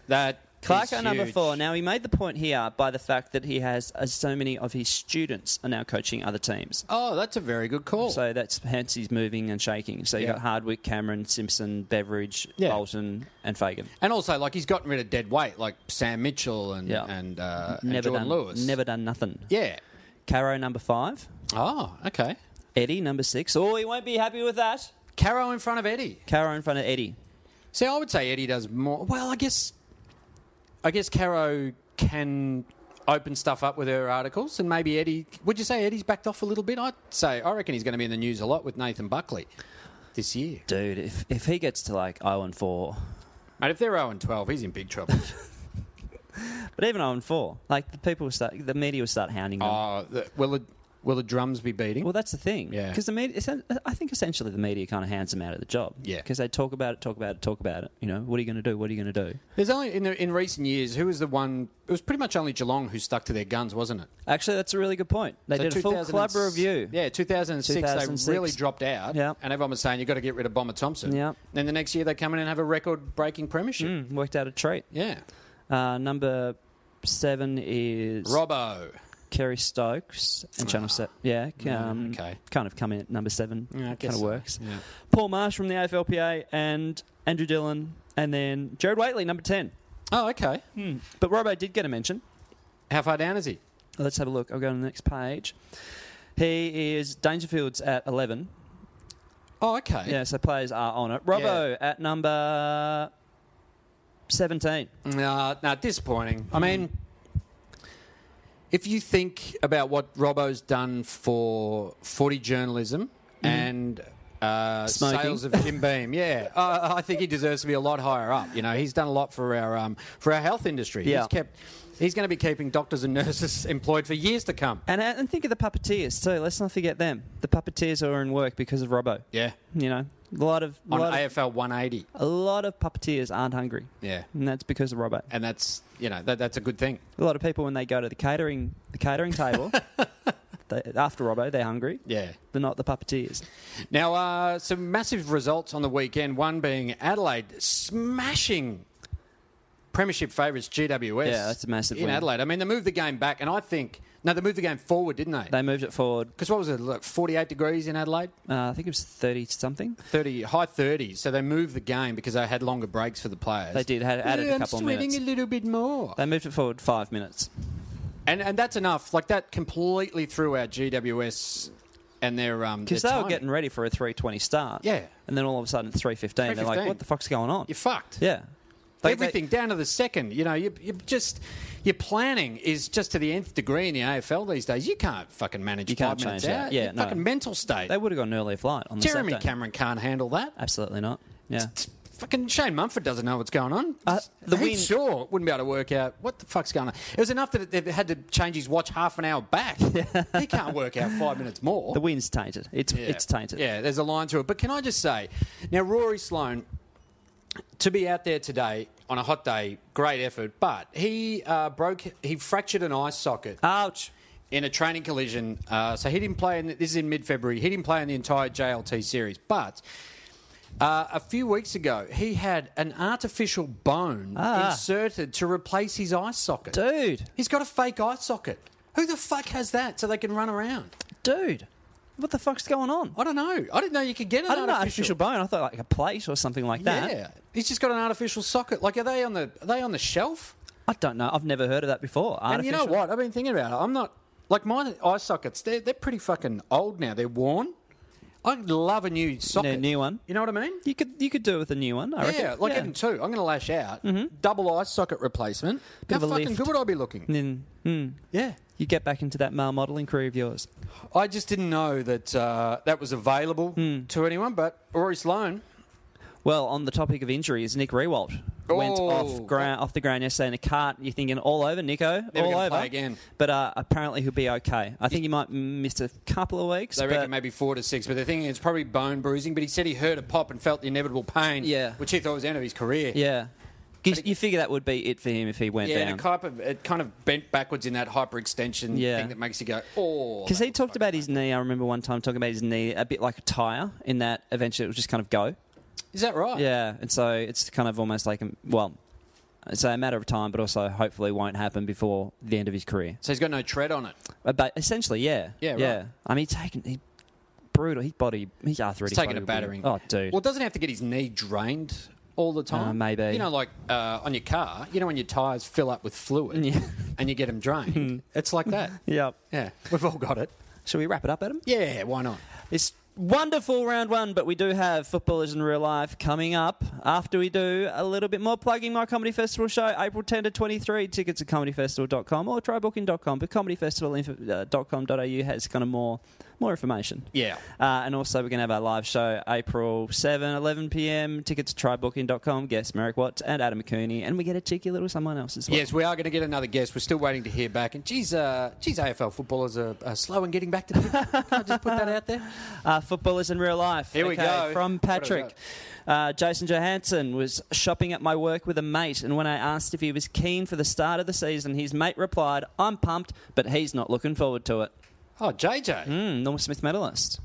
[SPEAKER 2] That is
[SPEAKER 1] Clarko number
[SPEAKER 2] huge.
[SPEAKER 1] four. Now he made the point here by the fact that he has uh, so many of his students are now coaching other teams.
[SPEAKER 2] Oh, that's a very good call.
[SPEAKER 1] So that's hence he's moving and shaking. So you
[SPEAKER 2] Yeah.
[SPEAKER 1] got Hardwick, Cameron, Simpson, Beveridge,
[SPEAKER 2] Yeah.
[SPEAKER 1] Bolton, and Fagan.
[SPEAKER 2] and also, like he's gotten rid of dead weight, like Sam Mitchell and
[SPEAKER 1] Yeah.
[SPEAKER 2] and, uh, and
[SPEAKER 1] Never
[SPEAKER 2] Jordan
[SPEAKER 1] done.
[SPEAKER 2] Lewis.
[SPEAKER 1] Never done nothing.
[SPEAKER 2] Yeah.
[SPEAKER 1] Caro number five,
[SPEAKER 2] Oh, okay.
[SPEAKER 1] Eddie number six. Oh, he won't be happy with that.
[SPEAKER 2] Caro in front of Eddie.
[SPEAKER 1] Caro in front of Eddie.
[SPEAKER 2] See, I would say Eddie does more. Well, I guess, I guess Caro can open stuff up with her articles, and maybe Eddie. Would you say Eddie's backed off a little bit? I'd say I reckon he's going to be in the news a lot with Nathan Buckley this year.
[SPEAKER 1] Dude, if, if he gets to like 0 and 4,
[SPEAKER 2] Mate, if they're zero and twelve, he's in big trouble.
[SPEAKER 1] but even 0 and 4, like the people will start, the media will start hounding them.
[SPEAKER 2] oh, the, will the will the drums be beating?
[SPEAKER 1] Well, that's the thing.
[SPEAKER 2] Yeah.
[SPEAKER 1] Because the media, essen- I think essentially the media kind of hands them out of the job.
[SPEAKER 2] Yeah.
[SPEAKER 1] Because they talk about it, talk about it, talk about it. You know, what are you going to do? What are you going to do?
[SPEAKER 2] There's only in the, in recent years who was the one? It was pretty much only Geelong who stuck to their guns, wasn't it?
[SPEAKER 1] Actually, that's a really good point. They
[SPEAKER 2] So
[SPEAKER 1] did a full
[SPEAKER 2] 2000
[SPEAKER 1] club review.
[SPEAKER 2] Yeah, 2006,
[SPEAKER 1] 2006.
[SPEAKER 2] they really dropped out.
[SPEAKER 1] Yeah.
[SPEAKER 2] And everyone was saying, you've got to get rid of Bomber Thompson.
[SPEAKER 1] Yeah.
[SPEAKER 2] Then the next year, they come in and have a record breaking premiership.
[SPEAKER 1] Mm, worked out a treat.
[SPEAKER 2] Yeah.
[SPEAKER 1] Uh, number seven is
[SPEAKER 2] Robbo.
[SPEAKER 1] Kerry Stokes and Channel Seven. Yeah, um,
[SPEAKER 2] Ah. okay.
[SPEAKER 1] Kind of come in at number seven.
[SPEAKER 2] Yeah, I guess
[SPEAKER 1] kind of
[SPEAKER 2] so.
[SPEAKER 1] works.
[SPEAKER 2] Yeah.
[SPEAKER 1] Paul Marsh from the AFLPA and Andrew Dillon, and then Jared Waitley, number ten.
[SPEAKER 2] Oh, okay.
[SPEAKER 1] But Robo did get a mention.
[SPEAKER 2] How far down is he?
[SPEAKER 1] Let's have a look. I'll go on the next page. He is Dangerfield's at eleven.
[SPEAKER 2] Oh, okay.
[SPEAKER 1] Yeah, so players are on it. Robbo at number seventeen.
[SPEAKER 2] Nah, nah, Mm, uh, disappointing. I mean, if you think about what Robbo's done for footy journalism and uh,
[SPEAKER 1] Smoking.
[SPEAKER 2] sales of Jim Beam, yeah, uh, I think he deserves to be a lot higher up. You know, he's done a lot for our um, for our health industry.
[SPEAKER 1] Yeah.
[SPEAKER 2] He's kept. He's going to be keeping doctors and nurses employed for years to come.
[SPEAKER 1] And and think of the puppeteers too. Let's not forget them. The puppeteers are in work because of Robbo.
[SPEAKER 2] Yeah.
[SPEAKER 1] You know, a lot of
[SPEAKER 2] On
[SPEAKER 1] lot of-
[SPEAKER 2] AFL 180.
[SPEAKER 1] A lot of puppeteers aren't hungry.
[SPEAKER 2] Yeah.
[SPEAKER 1] And that's because of Robbo.
[SPEAKER 2] And that's, you know, that, that's a good thing.
[SPEAKER 1] A lot of people when they go to the catering the catering table they, after Robbo, they're hungry.
[SPEAKER 2] Yeah.
[SPEAKER 1] They're not the puppeteers.
[SPEAKER 2] Now, uh, some massive results on the weekend. One being Adelaide smashing Premiership favourites GWS.
[SPEAKER 1] Yeah, that's a massive
[SPEAKER 2] in
[SPEAKER 1] win.
[SPEAKER 2] Adelaide. I mean, they moved the game back, and I think no, they moved the game forward, didn't they?
[SPEAKER 1] They moved it forward.
[SPEAKER 2] Because what was it, like forty-eight degrees in Adelaide,
[SPEAKER 1] Uh, I think it was thirty something.
[SPEAKER 2] thirty high thirties. So they moved the game because they had longer breaks for the players.
[SPEAKER 1] They did, had added
[SPEAKER 2] Yeah,
[SPEAKER 1] a
[SPEAKER 2] I'm
[SPEAKER 1] couple of
[SPEAKER 2] sweating
[SPEAKER 1] minutes.
[SPEAKER 2] a little bit more.
[SPEAKER 1] They moved it forward five minutes.
[SPEAKER 2] And and that's enough. Like that completely threw out GWS and their um.
[SPEAKER 1] Because
[SPEAKER 2] their
[SPEAKER 1] they were
[SPEAKER 2] timing.
[SPEAKER 1] getting ready for a three twenty start.
[SPEAKER 2] Yeah.
[SPEAKER 1] And then all of a sudden it's three fifteen. They're like,
[SPEAKER 2] 3:15.
[SPEAKER 1] What the fuck's going on?
[SPEAKER 2] you're fucked.
[SPEAKER 1] yeah. They- they-
[SPEAKER 2] Everything down to the second. You know, you, you just your planning is just to the nth degree in the AFL these days. You can't fucking manage
[SPEAKER 1] You
[SPEAKER 2] 5
[SPEAKER 1] can't
[SPEAKER 2] minutes
[SPEAKER 1] change that.
[SPEAKER 2] out.
[SPEAKER 1] Yeah,
[SPEAKER 2] Your
[SPEAKER 1] no.
[SPEAKER 2] fucking mental state.
[SPEAKER 1] they, would have got an early flight on the
[SPEAKER 2] Jeremy
[SPEAKER 1] Saturday.
[SPEAKER 2] Cameron can't handle that.
[SPEAKER 1] Absolutely not. Yeah.
[SPEAKER 2] Fucking Shane Mumford doesn't know what's going on.
[SPEAKER 1] Uh, the
[SPEAKER 2] Heath
[SPEAKER 1] win-
[SPEAKER 2] Shaw wouldn't be able to work out what the fuck's going on. It was enough that they had to change his watch half an hour back. he can't work out five minutes more.
[SPEAKER 1] The wind's tainted. It's it's tainted.
[SPEAKER 2] Yeah, there's a line to it. But can I just say, now Rory Sloan, to be out there today on a hot day, great effort. But he uh, broke, he fractured an eye socket
[SPEAKER 1] Ouch.
[SPEAKER 2] in a training collision. Uh, so he didn't play. In the, this is in mid-February. He didn't play in the entire JLT series, but. Uh, a few weeks ago, he had an artificial bone inserted to replace his eye socket.
[SPEAKER 1] Ah. Dude.
[SPEAKER 2] He's got a fake eye socket. Who the fuck has that so they can run around?
[SPEAKER 1] dude, what the fuck's going on?
[SPEAKER 2] I don't know. I didn't know you could get an
[SPEAKER 1] I don't know, artificial bone. I thought like a plate or something like that.
[SPEAKER 2] Yeah, he's just got an artificial socket. Like, are they on the are they on the shelf?
[SPEAKER 1] I don't know. I've never heard of that before.
[SPEAKER 2] And you know
[SPEAKER 1] Artificial.
[SPEAKER 2] what? I've been thinking about it. I'm not like my eye sockets. They're they're pretty fucking old now. They're worn. I'd love a new socket.
[SPEAKER 1] A new one.
[SPEAKER 2] You know what I mean?
[SPEAKER 1] You could you could do it with a new one. I reckon. Mm-hmm.
[SPEAKER 2] Yeah, like getting two. I'm going to lash out. Double eye socket replacement.
[SPEAKER 1] Bit
[SPEAKER 2] How
[SPEAKER 1] of a
[SPEAKER 2] fucking
[SPEAKER 1] lift.
[SPEAKER 2] good would I be looking?
[SPEAKER 1] And then mm,
[SPEAKER 2] Yeah.
[SPEAKER 1] you get back into that male modelling career of yours.
[SPEAKER 2] I just didn't know that uh, that was available
[SPEAKER 1] Hmm.
[SPEAKER 2] to anyone, but Rory Sloan.
[SPEAKER 1] Well, on the topic of injuries, Nick Rewalt went
[SPEAKER 2] Oh.
[SPEAKER 1] off ground off the ground yesterday in a cart. You're thinking all over, Nico, all
[SPEAKER 2] gonna
[SPEAKER 1] over
[SPEAKER 2] play again.
[SPEAKER 1] But uh, apparently he'll be okay. I think he might miss a couple of weeks.
[SPEAKER 2] They
[SPEAKER 1] but
[SPEAKER 2] reckon maybe four to six, but they're thinking it's probably bone bruising. But he said he heard a pop and felt the inevitable pain,
[SPEAKER 1] Yeah.
[SPEAKER 2] which he thought was the end of his career.
[SPEAKER 1] yeah, 'Cause you figure that would be it for him if he went
[SPEAKER 2] Yeah,
[SPEAKER 1] down.
[SPEAKER 2] and it kind, of, it kind of bent backwards in that hyperextension
[SPEAKER 1] Yeah.
[SPEAKER 2] thing that makes you go, oh.
[SPEAKER 1] Because he talked about his knee, I remember one time talking about his knee a bit like a tyre, in that eventually it will just kind of go.
[SPEAKER 2] Is that right?
[SPEAKER 1] Yeah, and so it's kind of almost like, a- well, it's a matter of time, but also hopefully won't happen before the end of his career.
[SPEAKER 2] So he's got no tread on it.
[SPEAKER 1] Uh, But essentially, yeah.
[SPEAKER 2] Yeah, right.
[SPEAKER 1] Yeah. I mean, he's taken, he, brutal, his body, his arthritic.
[SPEAKER 2] He's taking
[SPEAKER 1] body
[SPEAKER 2] a
[SPEAKER 1] would be-
[SPEAKER 2] battering.
[SPEAKER 1] Oh, dude.
[SPEAKER 2] Well, doesn't he have to get his knee drained all the time?
[SPEAKER 1] Uh, maybe.
[SPEAKER 2] You know, like uh, on your car, you know, when your tyres fill up with fluid
[SPEAKER 1] Yeah.
[SPEAKER 2] and you get them drained? it's like that.
[SPEAKER 1] Yep.
[SPEAKER 2] Yeah, we've all got it.
[SPEAKER 1] Shall we wrap it up, Adam?
[SPEAKER 2] Yeah, why not?
[SPEAKER 1] It's wonderful round one, but we do have footballers in real life coming up after we do a little bit more plugging my comedy festival show, April 10 to 23. Tickets at comedyfestival.com or trybooking.com, but comedyfestival.com.au has kind of more more information.
[SPEAKER 2] Yeah.
[SPEAKER 1] Uh, and also, we're going to have our live show April 7, 11 p.m. Tickets to trybooking.com. Guests Merrick Watts and Adam McCooney. And we get a cheeky little someone else as well.
[SPEAKER 2] Yes, we are going to get another guest. We're still waiting to hear back. And geez, uh, geez, AFL footballers are, are slow in getting back to people. Can I just put that out there?
[SPEAKER 1] Uh, footballers in real life.
[SPEAKER 2] Here we go.
[SPEAKER 1] From
[SPEAKER 2] What
[SPEAKER 1] Patrick. Uh, Jason Johansson was shopping at my work with a mate, and when I asked if he was keen for the start of the season, his mate replied, I'm pumped, but he's not looking forward to it.
[SPEAKER 2] Oh, JJ,
[SPEAKER 1] Mm, Norm Smith medalist.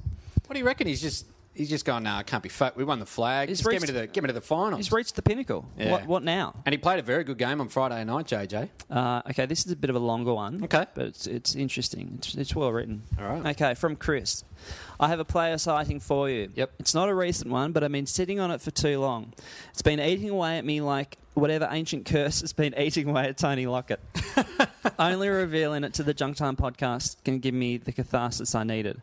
[SPEAKER 2] what do you reckon? He's just he's just going. Nah, I can't be fat. We won the flag.
[SPEAKER 1] He's
[SPEAKER 2] Just get me
[SPEAKER 1] reached-
[SPEAKER 2] to the get me to the finals.
[SPEAKER 1] He's reached the pinnacle.
[SPEAKER 2] Yeah.
[SPEAKER 1] What, what now?
[SPEAKER 2] and he played a very good game on Friday night, JJ.
[SPEAKER 1] Uh, okay, this is a bit of a longer one.
[SPEAKER 2] Okay.
[SPEAKER 1] But it's, it's interesting. It's, it's well written.
[SPEAKER 2] All right.
[SPEAKER 1] Okay, from Chris. I have a player sighting for you.
[SPEAKER 2] Yep.
[SPEAKER 1] It's not a recent one, but I've been sitting on it for too long. It's been eating away at me like whatever ancient curse has been eating away at Tony Lockett. Only revealing it to the Junk Time podcast can give me the catharsis I needed.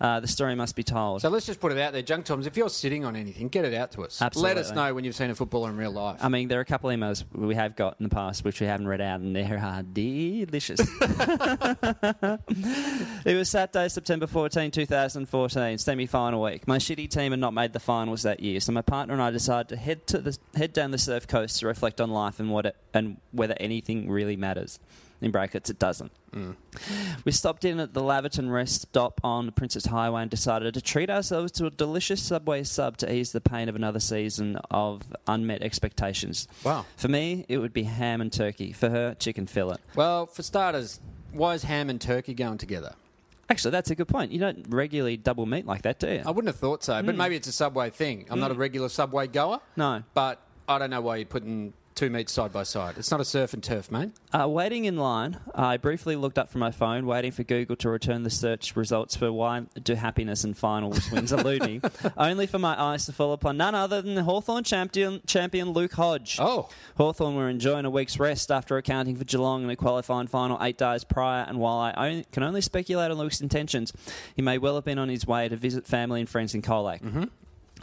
[SPEAKER 1] Uh, the story must be told.
[SPEAKER 2] So let's just put it out there, Junk Toms. If you're sitting on anything, get it out to us. Let us
[SPEAKER 1] Absolutely.
[SPEAKER 2] know when you've seen a footballer in real life.
[SPEAKER 1] I mean, there are a couple of emails we have got in the past which we haven't read out, and they are delicious. it was Saturday, September 14, 2014, semi final week. My shitty team had not made the finals that year, so my partner and I decided to head, to the, head down the surf coast to reflect on life and, what it, and whether anything really matters. In brackets, it doesn't. We stopped in at the Laverton rest stop on Princess Highway and decided to treat ourselves to a delicious Subway sub to ease the pain of another season of unmet expectations.
[SPEAKER 2] Wow.
[SPEAKER 1] For me, it would be ham and turkey. For her, chicken fillet.
[SPEAKER 2] well, for starters, why is ham and turkey going together?
[SPEAKER 1] Actually, that's a good point. You don't regularly double meat like that, do you?
[SPEAKER 2] I wouldn't have thought so, but maybe it's a Subway thing. I'm not a regular Subway goer.
[SPEAKER 1] Hmm. No.
[SPEAKER 2] But I don't know why you're putting two meats side by side. It's not a surf and turf, mate.
[SPEAKER 1] Uh, waiting in line, I briefly looked up from my phone, waiting for Google to return the search results for why do happiness and finals wins elude me, only for my eyes to fall upon none other than the Hawthorn champion, champion Luke Hodge.
[SPEAKER 2] Oh.
[SPEAKER 1] Hawthorn were enjoying a week's rest after accounting for Geelong in a qualifying final eight days prior, and while I on- can only speculate on Luke's intentions, he may well have been on his way to visit family and friends in Colac.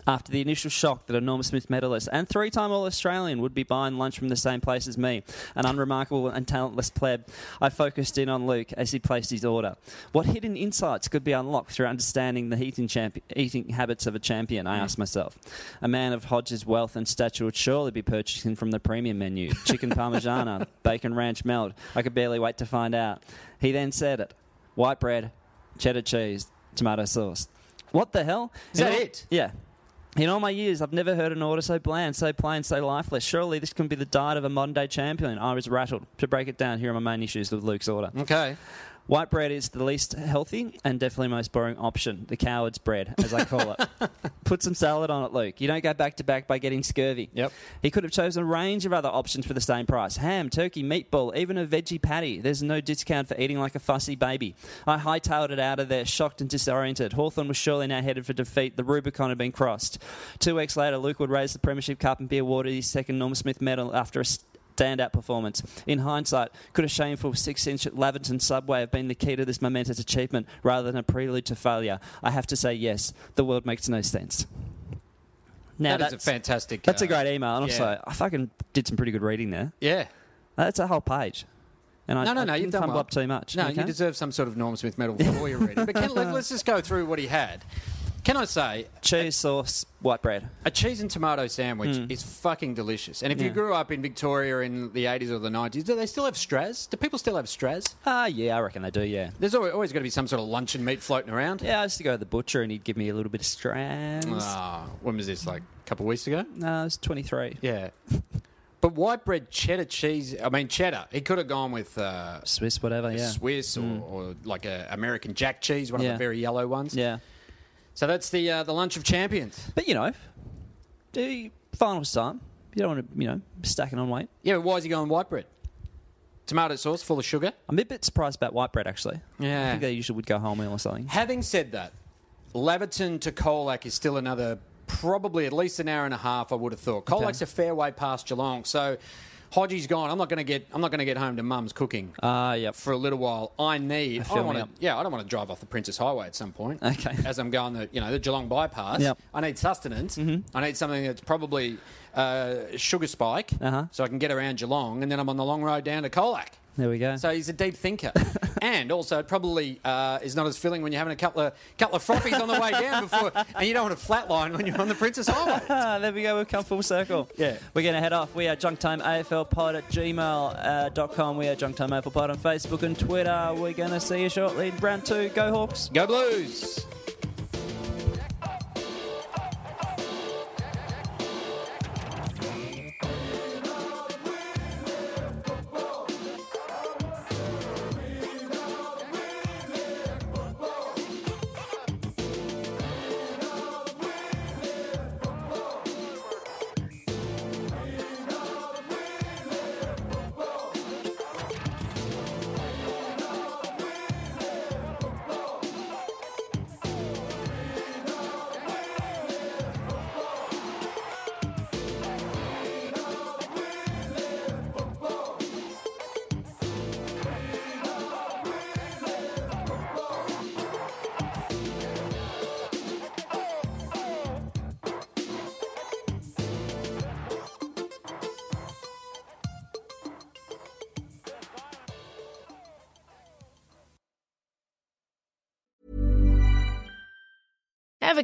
[SPEAKER 1] After the initial shock that a Norm Smith medalist and three time All Australian would be buying lunch from the same place as me, an unremarkable and talentless pleb, I focused in on Luke as he placed his order. What hidden insights could be unlocked through understanding the eating, champ- eating habits of a champion? I asked myself. A man of Hodges' wealth and stature would surely be purchasing from the premium menu chicken parmigiana, bacon ranch melt. I could barely wait to find out. He then said it white bread, cheddar cheese, tomato sauce. What the hell?
[SPEAKER 2] Is that
[SPEAKER 1] In all-
[SPEAKER 2] it?
[SPEAKER 1] Yeah. In all my years, I've never heard an order so bland, so plain, so lifeless. Surely this can be the diet of a modern day champion. I was rattled. To break it down, here are my main issues with Luke's order.
[SPEAKER 2] Okay.
[SPEAKER 1] White bread is the least healthy and definitely most boring option, the coward's bread, as I call it. Put some salad on it, Luke. You don't go back to back by getting scurvy.
[SPEAKER 2] Yep.
[SPEAKER 1] He could have chosen a range of other options for the same price ham, turkey, meatball, even a veggie patty. There's no discount for eating like a fussy baby. I hightailed it out of there, shocked and disoriented. Hawthorn was surely now headed for defeat. The Rubicon had been crossed. Two weeks later, Luke would raise the Premiership Cup and be awarded his second Norm Smith medal after a s- standout performance. In hindsight, could a shameful six inch at Laverton Subway have been the key to this momentous achievement rather than a prelude to failure? I have to say yes. The world makes no sense. Now
[SPEAKER 2] that is a
[SPEAKER 1] that's-
[SPEAKER 2] fantastic.
[SPEAKER 1] That's
[SPEAKER 2] uh,
[SPEAKER 1] a great email. And
[SPEAKER 2] yeah.
[SPEAKER 1] also, I fucking did some pretty good reading there.
[SPEAKER 2] Yeah.
[SPEAKER 1] That's a whole page. And I,
[SPEAKER 2] No, no, no.
[SPEAKER 1] I
[SPEAKER 2] You've
[SPEAKER 1] didn't
[SPEAKER 2] done
[SPEAKER 1] fumble
[SPEAKER 2] well.
[SPEAKER 1] up too much.
[SPEAKER 2] No,
[SPEAKER 1] okay?
[SPEAKER 2] you deserve some sort of Norm Smith medal for your reading. But can, let, let's just go through what he had. Can I say
[SPEAKER 1] cheese, sauce, white bread.
[SPEAKER 2] A cheese and tomato sandwich is fucking delicious. And if you
[SPEAKER 1] Hmm. Yeah.
[SPEAKER 2] grew up in Victoria in the 80s or the 90s, do they still have Straz? Do people still have Straz?
[SPEAKER 1] Ah, yeah, I reckon they do. Yeah.
[SPEAKER 2] There's always, always got to be some sort of luncheon meat floating around.
[SPEAKER 1] Yeah, I used to go to the butcher and he'd give me a little bit of strands.
[SPEAKER 2] Ah, when was this? Like a couple of weeks ago?
[SPEAKER 1] No, I was 23.
[SPEAKER 2] Yeah. But white bread cheddar cheese, I mean, cheddar. He could have gone with uh,
[SPEAKER 1] Swiss, whatever, yeah.
[SPEAKER 2] Swiss or, or like a American Jack cheese, one of
[SPEAKER 1] Yeah.
[SPEAKER 2] the very yellow ones.
[SPEAKER 1] Yeah.
[SPEAKER 2] So that's the uh, the lunch of champions.
[SPEAKER 1] But, you know, do finals time. You don't want to, you know, stacking on weight.
[SPEAKER 2] Yeah, but why is he going white bread? Tomato sauce full of sugar.
[SPEAKER 1] I'm a bit surprised about white bread, actually. I
[SPEAKER 2] Yeah.
[SPEAKER 1] think they usually would go whole meal or something.
[SPEAKER 2] Having said that, Laverton to Colac is still another, probably at least an hour and a half. I would have thought. Colac's a fair way past Geelong, so Hodgie's gone. I'm not going to get. I'm not going to get home to Mum's cooking
[SPEAKER 1] Ah, yeah.
[SPEAKER 2] for a little while. I need. I,
[SPEAKER 1] feel
[SPEAKER 2] don't
[SPEAKER 1] me
[SPEAKER 2] want
[SPEAKER 1] up.
[SPEAKER 2] to. Yeah, I don't want to drive off the Princess Highway at some point.
[SPEAKER 1] Okay.
[SPEAKER 2] As I'm going the you know the Geelong bypass.
[SPEAKER 1] Yep. Mm-hmm.
[SPEAKER 2] I need sustenance. I need something that's probably uh, sugar spike,
[SPEAKER 1] Uh-huh.
[SPEAKER 2] so I can get around Geelong, and then I'm on the long road down to Colac.
[SPEAKER 1] There we go.
[SPEAKER 2] So he's a deep thinker, and also it probably uh, is not as filling when you're having a couple of couple of frothies on the way down before, and you don't want to flatline when you're on the Princess Highway.
[SPEAKER 1] Ah, there we go. We've come full circle.
[SPEAKER 2] Yeah.
[SPEAKER 1] We're going to head off. We are junktimeaflpod at gmail.com. We are junktimeaflpod on Facebook and Twitter. We're going to see you shortly. Round two. Go Hawks.
[SPEAKER 2] Go Blues!
[SPEAKER 3] Ever